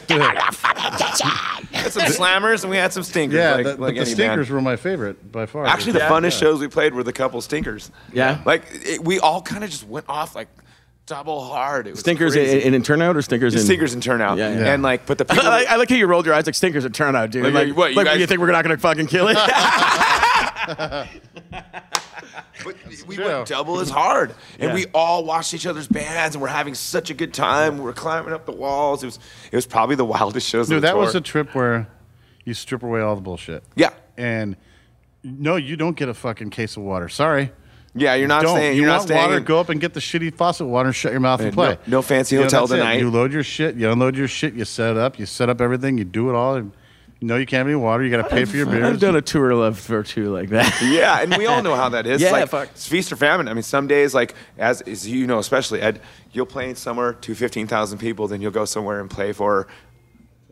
Speaker 6: we had some slammers and we had some stinkers.
Speaker 5: yeah,
Speaker 6: like,
Speaker 5: the, but
Speaker 6: like
Speaker 5: the
Speaker 6: any
Speaker 5: stinkers
Speaker 6: band.
Speaker 5: were my favorite by far.
Speaker 6: Actually, the funnest shows we played were the couple stinkers.
Speaker 4: Yeah.
Speaker 6: like it, we all kind of just went off like double hard. It was
Speaker 4: Stinkers in,
Speaker 6: crazy.
Speaker 4: in, in turnout or stinkers in
Speaker 6: stinkers and turnout.
Speaker 4: Yeah, yeah.
Speaker 6: and like, but the people.
Speaker 4: I, I like how you rolled your eyes like stinkers at turnout, dude.
Speaker 6: Like,
Speaker 4: Like,
Speaker 6: you- what, you
Speaker 4: like,
Speaker 6: guys-
Speaker 4: you think we're not gonna fucking kill it?
Speaker 6: But we
Speaker 5: true.
Speaker 6: went double as hard, and we all watched each other's bands, and we're having such a good time. We were climbing up the walls. It was it was probably the wildest shows. of
Speaker 5: Dude,
Speaker 6: the
Speaker 5: that
Speaker 6: tour.
Speaker 5: was a trip where you strip away all the bullshit.
Speaker 6: Yeah.
Speaker 5: And no, you don't get a fucking case of water. Sorry.
Speaker 6: yeah. You're not
Speaker 5: don't.
Speaker 6: saying
Speaker 5: you
Speaker 6: are
Speaker 5: want
Speaker 6: not staying
Speaker 5: water,
Speaker 6: in-
Speaker 5: go up and get the shitty faucet water and shut your mouth and
Speaker 6: Uh,
Speaker 5: play.
Speaker 6: no- no fancy
Speaker 5: You know,
Speaker 6: hotel
Speaker 5: that's it.
Speaker 6: tonight.
Speaker 5: You load your shit, you unload your shit, you set it up, you set up everything, you do it all. And you know you can't have any water, you gotta pay for your
Speaker 4: I've
Speaker 5: beers.
Speaker 4: done a tour of virtue like that.
Speaker 6: yeah, and we all know how that is.
Speaker 4: Yeah,
Speaker 6: like,
Speaker 4: fuck.
Speaker 6: It's feast or famine. I mean, some days, like as, as you know, especially Ed, you'll play somewhere to fifteen thousand people, then you'll go somewhere and play for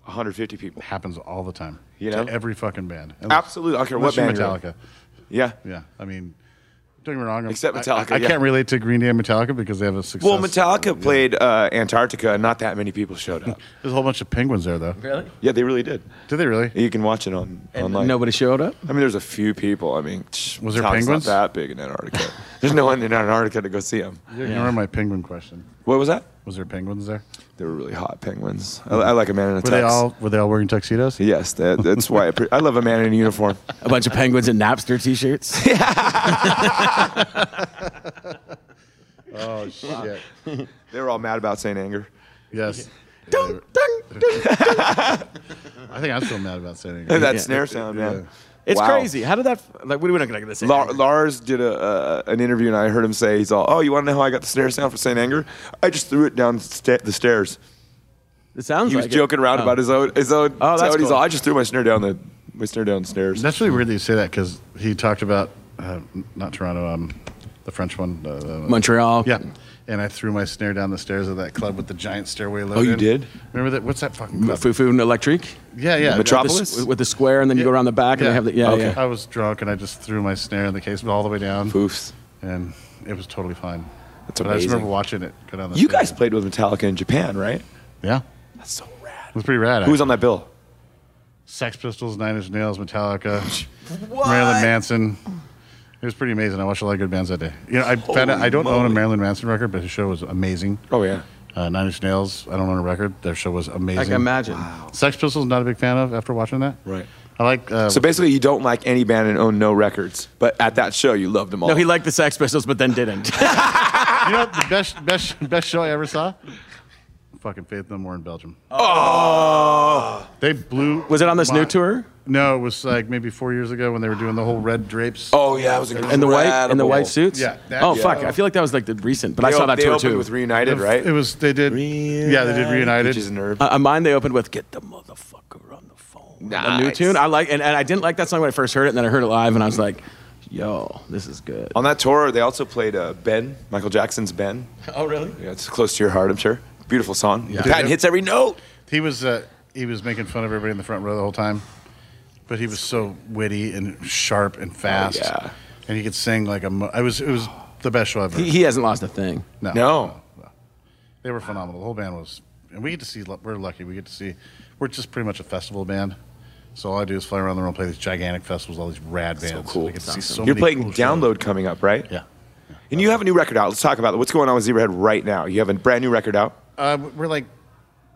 Speaker 6: one hundred fifty people.
Speaker 5: happens all the time.
Speaker 6: You
Speaker 5: To
Speaker 6: know?
Speaker 5: every fucking band.
Speaker 6: Absolutely, I don't care
Speaker 5: Unless
Speaker 6: what
Speaker 5: you're
Speaker 6: band you're
Speaker 5: Metallica.
Speaker 6: in. Yeah.
Speaker 5: Yeah. I mean don't get me wrong. I'm-
Speaker 6: Except
Speaker 5: I-
Speaker 6: Metallica,
Speaker 5: I, I
Speaker 6: yeah.
Speaker 5: can't relate to Green Day and Metallica because they have a success.
Speaker 6: Well, Metallica played uh, Antarctica, and not that many people showed up.
Speaker 5: There's a whole bunch of penguins there though.
Speaker 4: Really?
Speaker 6: yeah, they really did.
Speaker 5: Did they really?
Speaker 6: You can watch it on online.
Speaker 4: Nobody showed up.
Speaker 6: I mean, there's a few people. I mean, tch,
Speaker 5: Was there
Speaker 6: Metallica's
Speaker 5: penguins?
Speaker 6: Not that big in Antarctica. there's no one in Antarctica to go see them.
Speaker 5: You're ignoring my penguin question.
Speaker 6: What was that?
Speaker 5: Was there penguins there?
Speaker 6: They were really hot penguins. I, I like a man in a
Speaker 5: Were
Speaker 6: tux.
Speaker 5: they all were they all wearing tuxedos?
Speaker 6: Yes, that, that's why I, pre- I love a man in a uniform.
Speaker 4: A bunch of penguins in Napster t-shirts.
Speaker 5: Oh shit.
Speaker 6: They were all mad about St. Anger.
Speaker 5: yes.
Speaker 4: Dun, dun, dun.
Speaker 5: I think I'm still mad about saying
Speaker 6: that
Speaker 5: it.
Speaker 6: snare sound, man.
Speaker 4: It's
Speaker 6: Wow.
Speaker 4: crazy. How did that? Like, we're not gonna get this. in.
Speaker 6: La- Lars did a, uh, an interview, and I heard him say, "He's all, oh, you want to know how I got the snare sound for Saint Anger? I just threw it down sta- the stairs."
Speaker 4: it sounds.
Speaker 6: He was
Speaker 4: like it.
Speaker 6: joking around
Speaker 4: Oh.
Speaker 6: about his own. His own.
Speaker 4: Oh, that's
Speaker 6: sound. He's
Speaker 4: cool.
Speaker 6: all, I just threw my snare down the my snare downstairs.
Speaker 5: That's really weird that you say that because he talked about uh, not Toronto, um, the French one, uh, the-
Speaker 4: Montreal.
Speaker 5: Yeah, and I threw my snare down the stairs of that club with the giant stairway.
Speaker 4: Oh,
Speaker 5: Loaded.
Speaker 6: you did?
Speaker 5: Remember that? What's that fucking club?
Speaker 4: Fufu and Electrique.
Speaker 5: Yeah, yeah.
Speaker 6: Metropolis?
Speaker 4: This- with the square, and then you go around the back, and they have the yeah, yeah.
Speaker 5: I was drunk and I just threw my snare in the case all the way down,
Speaker 6: Poofs.
Speaker 5: and it was totally fine.
Speaker 6: That's
Speaker 5: But I just
Speaker 6: amazing.
Speaker 5: remember watching it go down the.
Speaker 6: You
Speaker 5: stairs.
Speaker 6: guys played with Metallica in Japan, right?
Speaker 5: Yeah,
Speaker 6: That's so rad.
Speaker 5: it was pretty rad.
Speaker 6: Who was on that bill?
Speaker 5: Sex Pistols, Nine Inch Nails, Metallica, Marilyn Manson. It was pretty amazing. I watched a lot of good bands that day. You know, I found out, I don't own a Marilyn Manson record, but his show was amazing.
Speaker 6: Oh yeah.
Speaker 5: Uh, Nine Inch Nails, I don't own a record. Their show was amazing.
Speaker 4: Like imagine.
Speaker 5: Sex Pistols, not a big fan of after watching that.
Speaker 6: Right.
Speaker 5: I like. Uh,
Speaker 6: So basically, you don't like any band and own no records, but at that show, you loved them all.
Speaker 4: No, he liked the Sex Pistols, but then didn't.
Speaker 5: you know the best best best show I ever saw. Fucking Faith No More in Belgium.
Speaker 6: Oh,
Speaker 5: They blew.
Speaker 4: Was it on this
Speaker 5: my-
Speaker 4: new tour?
Speaker 5: No, it was like maybe four years ago when they were doing the whole red drapes.
Speaker 6: oh yeah, it was incredible.
Speaker 4: And the white and the white suits.
Speaker 5: Yeah, that-
Speaker 4: oh
Speaker 5: yeah.
Speaker 4: fuck! I feel like that was like the recent, but I
Speaker 6: They
Speaker 4: saw
Speaker 6: op-
Speaker 4: that
Speaker 6: they
Speaker 4: tour
Speaker 6: opened
Speaker 4: too.
Speaker 6: with Reunited,
Speaker 5: It-
Speaker 6: right?
Speaker 5: It was they did. Yeah, they did Reunited.
Speaker 6: Which is nerve.
Speaker 4: Uh, mine they opened with "Get the motherfucker on the phone." A new
Speaker 6: Nice.
Speaker 4: tune. I like, and, and I didn't like that song when I first heard it, and then I heard it live, and I was like, "Yo, this is good."
Speaker 6: on that tour, they also played uh, Ben, Michael Jackson's Ben.
Speaker 4: Oh really?
Speaker 6: Yeah, it's close to your heart, I'm sure. Beautiful song.
Speaker 5: Yeah.
Speaker 6: Patton hits every note.
Speaker 5: He was uh, he was making fun of everybody in the front row the whole time, but he was so witty and sharp and fast.
Speaker 6: Oh, yeah.
Speaker 5: and he could sing like a. Mo- I was it was the best show I've ever.
Speaker 4: He, he hasn't lost a thing.
Speaker 5: no,
Speaker 6: No.
Speaker 5: they were phenomenal. The whole band was, and we get to see. We're lucky. We get to see. We're just pretty much a festival band. So all I do is fly around the world, play these gigantic festivals, all these rad bands.
Speaker 6: cool.
Speaker 5: We get to see so
Speaker 6: You're
Speaker 5: many
Speaker 6: playing
Speaker 5: cool shows.
Speaker 6: Download coming up, right?
Speaker 5: Yeah.
Speaker 6: And you have a new record out. Let's talk about it. What's going on with Zebrahead right now? You have a brand new record out.
Speaker 5: Uh, we're like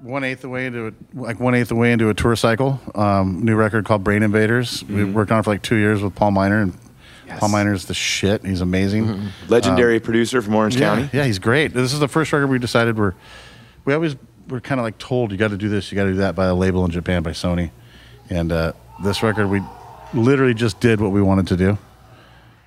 Speaker 5: one eighth away into a, like one eighth away into a tour cycle. Um, new record called Brain Invaders. We
Speaker 6: Mm-hmm.
Speaker 5: worked on it for like two years with Paul Miner, and Paul Miner's the shit. He's amazing.
Speaker 6: Legendary producer from Orange
Speaker 5: Yeah,
Speaker 6: County.
Speaker 5: yeah, he's great. This is the first record we decided we're we always we're kind of like told you got to do this, you got to do that by a label in Japan by Sony, and uh, this record we literally just did what we wanted to do.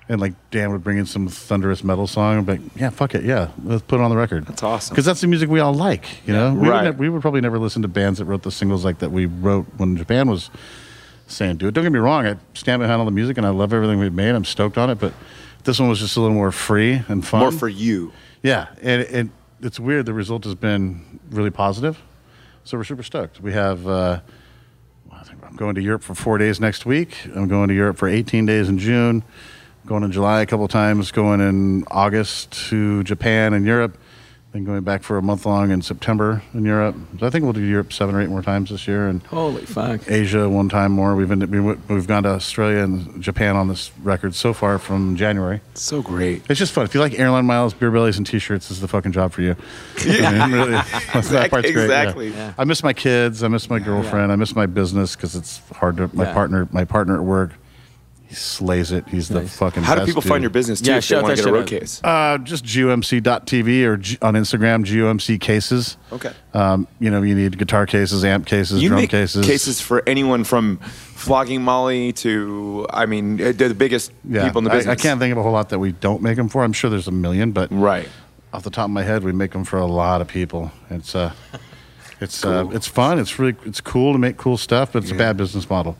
Speaker 5: And like Dan would bring in some thunderous metal song, but yeah, fuck it, yeah, let's put it on the record. That's
Speaker 6: awesome.
Speaker 5: because that's the music we all like, you know. We
Speaker 6: Right.
Speaker 5: Would ne- we would probably never listen to bands that wrote the singles like that we wrote when Japan was saying do it. Don't get me wrong, I stand behind all the music and I love everything we've made. I'm stoked on it, but this one was just a little more free and fun.
Speaker 6: More for you.
Speaker 5: Yeah, and, and it's weird. The result has been really positive, so we're super stoked. We have. Uh, well, I think I'm going to Europe for four days next week. I'm going to Europe for 18 days in June. Going in July a couple times. Going in August to Japan and Europe. Then going back for a month long in September in Europe. So I think we'll do Europe seven or eight more times this year. And
Speaker 4: Holy fuck!
Speaker 5: Asia one time more. We've been, we went- we've gone to Australia and Japan on this record so far from January. So great. It's just fun. If you like airline miles, beer bellies, and t-shirts, this is the fucking job for you. Yeah. that part's great. yeah.
Speaker 6: exactly.
Speaker 5: I miss my kids. I miss my girlfriend. I miss my business because it's hard to my
Speaker 4: Yeah.
Speaker 5: partner. My partner at work, he slays it. He's
Speaker 4: Nice.
Speaker 5: the fucking.
Speaker 6: How do
Speaker 5: best
Speaker 6: people find your
Speaker 5: dude.
Speaker 6: business too
Speaker 4: Yeah,
Speaker 6: if they
Speaker 4: shout
Speaker 6: want
Speaker 4: that
Speaker 6: to get a
Speaker 4: shit
Speaker 6: road
Speaker 4: out.
Speaker 6: case?
Speaker 5: Uh, just gumc.tv or G- on Instagram, gumc cases.
Speaker 6: Okay.
Speaker 5: Um, you know, you need guitar cases, amp cases,
Speaker 6: you
Speaker 5: drum
Speaker 6: make
Speaker 5: cases.
Speaker 6: for anyone from flogging Molly to, I mean, uh, they're the biggest people in the
Speaker 5: I-
Speaker 6: business.
Speaker 5: I, can't think of a whole lot that we don't make them for. I'm sure there's a million, but
Speaker 6: Right.
Speaker 5: off the top of my head, we make them for a lot of people. It's uh, it's uh, it's fun. It's really it's cool to make cool stuff, but it's a bad business model.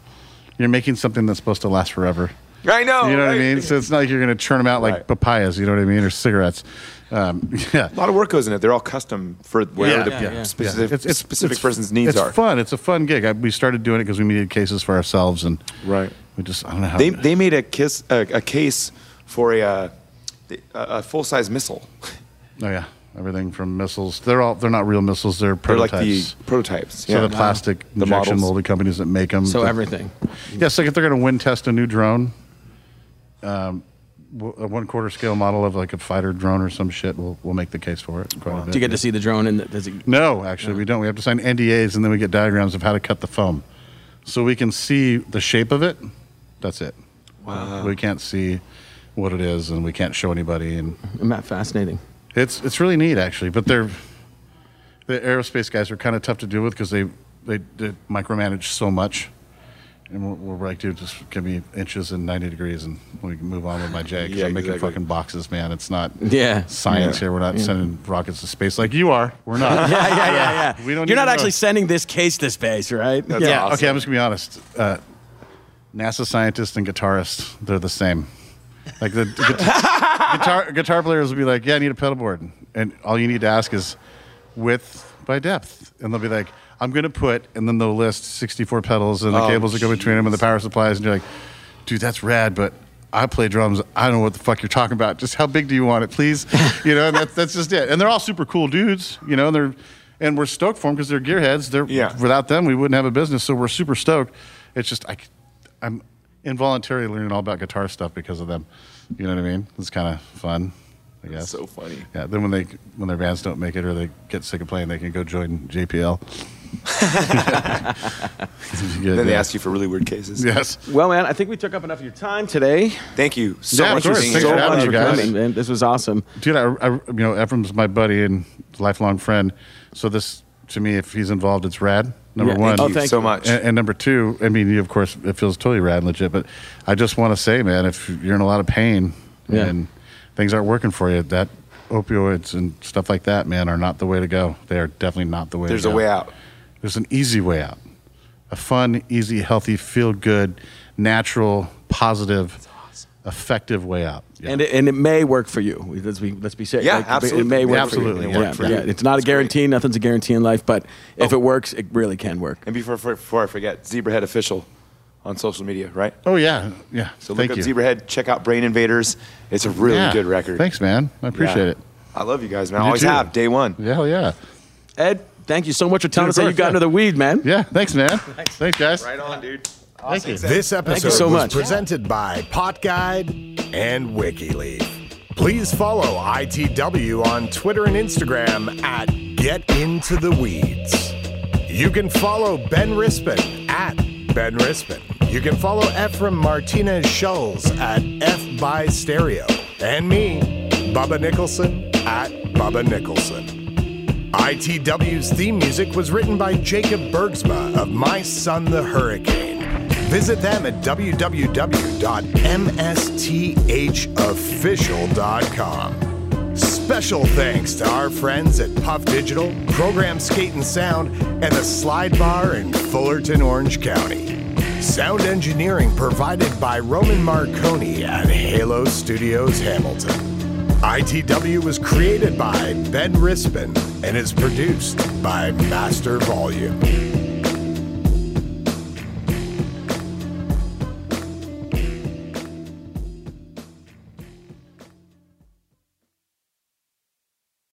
Speaker 5: You're making something that's supposed to last forever.
Speaker 6: I know.
Speaker 5: you know what I
Speaker 6: right?
Speaker 5: mean? So it's not like you're going to churn them out like
Speaker 6: Right.
Speaker 5: papayas. You know what I mean? Or cigarettes. Um, yeah.
Speaker 6: A lot of work goes in it. They're all custom for where the
Speaker 4: yeah, yeah.
Speaker 6: specific,
Speaker 5: It's- it's-
Speaker 6: specific
Speaker 5: it's-
Speaker 6: person's needs
Speaker 5: it's
Speaker 6: are.
Speaker 5: fun. It's a fun gig. I, we started doing it because we needed cases for ourselves, and
Speaker 6: Right.
Speaker 5: we just I don't know how
Speaker 6: They, they made a kiss a, a case for a uh, a, a full size missile.
Speaker 5: Oh yeah, everything from missiles. They're all they're not real missiles. They're
Speaker 6: They're
Speaker 5: prototypes.
Speaker 6: like the prototypes.
Speaker 5: so the plastic
Speaker 6: The
Speaker 5: injection
Speaker 6: models.
Speaker 5: molded companies that make them.
Speaker 4: So everything.
Speaker 5: Yeah, so if they're going to wind test a new drone, um, w- a one quarter scale model of like a fighter drone or some shit, we'll we'll make the case for it. Quite a bit.
Speaker 4: Do you get to see the drone? And does it?
Speaker 5: No, actually, we don't. We have to sign NDAs, and then we get diagrams of how to cut the foam, so we can see the shape of it. That's it. Wow. We can't see what it is, and we can't show anybody. And
Speaker 4: Isn't that fascinating?
Speaker 5: it's it's really neat actually, but they're the aerospace guys are kind of tough to deal with because they, they they micromanage so much And we're, we're like, dude, just give me inches and 90 degrees and we can move on with my J. 'cause
Speaker 6: Yeah,
Speaker 5: I'm making
Speaker 6: exactly.
Speaker 5: fucking boxes, man. It's not
Speaker 4: Yeah.
Speaker 5: science here. We're not sending rockets to space like you are. We're not.
Speaker 4: yeah, yeah, yeah, yeah.
Speaker 5: We don't
Speaker 4: You're
Speaker 5: even
Speaker 4: not
Speaker 5: know.
Speaker 4: actually sending this case to space, right? yeah.
Speaker 5: Yeah, Okay, I'm just gonna be honest. Uh, NASA scientist and guitarist, they're the same. Like the guitar, guitar guitar players will be like, "Yeah, I need a pedal board," and all you need to ask is width by depth, and they'll be like, "I'm gonna put," and then they'll list 64 pedals and the
Speaker 6: Oh,
Speaker 5: cables that go between them and the
Speaker 6: jeez.
Speaker 5: power supplies, and you're like, "Dude, that's rad," but. I play drums. I don't know what the fuck you're talking about. Just how big do you want it, please? You know, and that's that's just it. And they're all super cool dudes. You know, and they're and we're stoked for them because they're gearheads. They're
Speaker 6: Yeah.
Speaker 5: without them, we wouldn't have a business. So we're super stoked. It's just I, am involuntarily learning all about guitar stuff because of them. You know what I mean? It's kind of fun. I guess.
Speaker 6: so funny.
Speaker 5: yeah. Then when they when their bands don't make it or they get sick of playing, they can go join JPL. Good,
Speaker 6: Then they
Speaker 5: yeah.
Speaker 6: ask you for really weird cases.
Speaker 5: Yes.
Speaker 4: Well, man, I think we took up enough of your time today.
Speaker 6: Thank you so
Speaker 5: Yeah, of
Speaker 6: much for
Speaker 5: course.
Speaker 6: being
Speaker 5: Thanks
Speaker 6: so
Speaker 5: for having
Speaker 6: much
Speaker 5: us,
Speaker 6: for
Speaker 5: guys.
Speaker 6: coming.
Speaker 4: Coming, man. This was awesome.
Speaker 5: dude, I, I- you know, Ephraim's my buddy and lifelong friend. So this, to me, if he's involved, it's rad. Number
Speaker 4: Yeah,
Speaker 5: one,
Speaker 4: Oh,
Speaker 6: Thank you
Speaker 4: thank
Speaker 6: so
Speaker 4: you.
Speaker 6: much.
Speaker 5: And, and number two, I mean, you, of course, it feels totally rad and legit, but I just want to say, man, if you're in a lot of pain
Speaker 4: Yeah.
Speaker 5: and things aren't working for you, that opioids and stuff like that, man, are not the way to go. They are definitely not the way
Speaker 6: There's
Speaker 5: to
Speaker 6: a
Speaker 5: go.
Speaker 6: way out.
Speaker 5: There's an easy way out. A fun, easy, healthy, feel good, natural, positive, effective way out. Yeah.
Speaker 4: And it, and it may work for you. Let's be let's be safe.
Speaker 6: Yeah,
Speaker 4: Like, It
Speaker 6: absolutely.
Speaker 4: may work
Speaker 5: Absolutely,
Speaker 4: for
Speaker 5: yeah.
Speaker 4: you.
Speaker 5: Work for
Speaker 4: yeah.
Speaker 6: you.
Speaker 4: It's not a guarantee. Nothing's a guarantee in life. But if
Speaker 6: Oh.
Speaker 4: it works, it really can work.
Speaker 6: And before, before, before I forget, Zebrahead official on social media, right?
Speaker 5: oh, yeah. Yeah.
Speaker 6: So
Speaker 5: Thank
Speaker 6: look
Speaker 5: you.
Speaker 6: up Zebrahead, check out Brain Invaders. It's a really
Speaker 5: Yeah.
Speaker 6: good record.
Speaker 5: Thanks, man. I appreciate
Speaker 6: Yeah.
Speaker 5: it.
Speaker 6: I love you guys, man.
Speaker 5: You
Speaker 6: Always
Speaker 5: too.
Speaker 6: have day one.
Speaker 5: Yeah, hell yeah.
Speaker 4: Ed, thank you so much for telling
Speaker 5: Dude,
Speaker 4: us how
Speaker 5: of
Speaker 4: you
Speaker 5: course,
Speaker 4: got
Speaker 5: yeah.
Speaker 4: into the weed, man.
Speaker 5: Yeah, thanks, man. Thanks, guys.
Speaker 6: on, dude.
Speaker 5: Thank you.
Speaker 1: This episode
Speaker 4: so
Speaker 1: was
Speaker 4: much.
Speaker 1: presented by PotGuide and WikiLeaf. Please follow ITW on Twitter and Instagram at Get Into the Weeds. You can follow Ben Rispin at Ben Rispin. You can follow Ephraim Martinez Schulz at F by Stereo. And me, Bubba Nicholson at Bubba Nicholson. ITW's theme music was written by Jacob Bergsma of My Son the Hurricane. Visit them at www.msthofficial.com. Special thanks to our friends at Puff Digital, Program Skate and Sound, and the Slide Bar in Fullerton, Orange County. Sound engineering provided by Roman Marconi at Halo Studios Hamilton. ITW was created by Ben Rispin and is produced by Master Volume.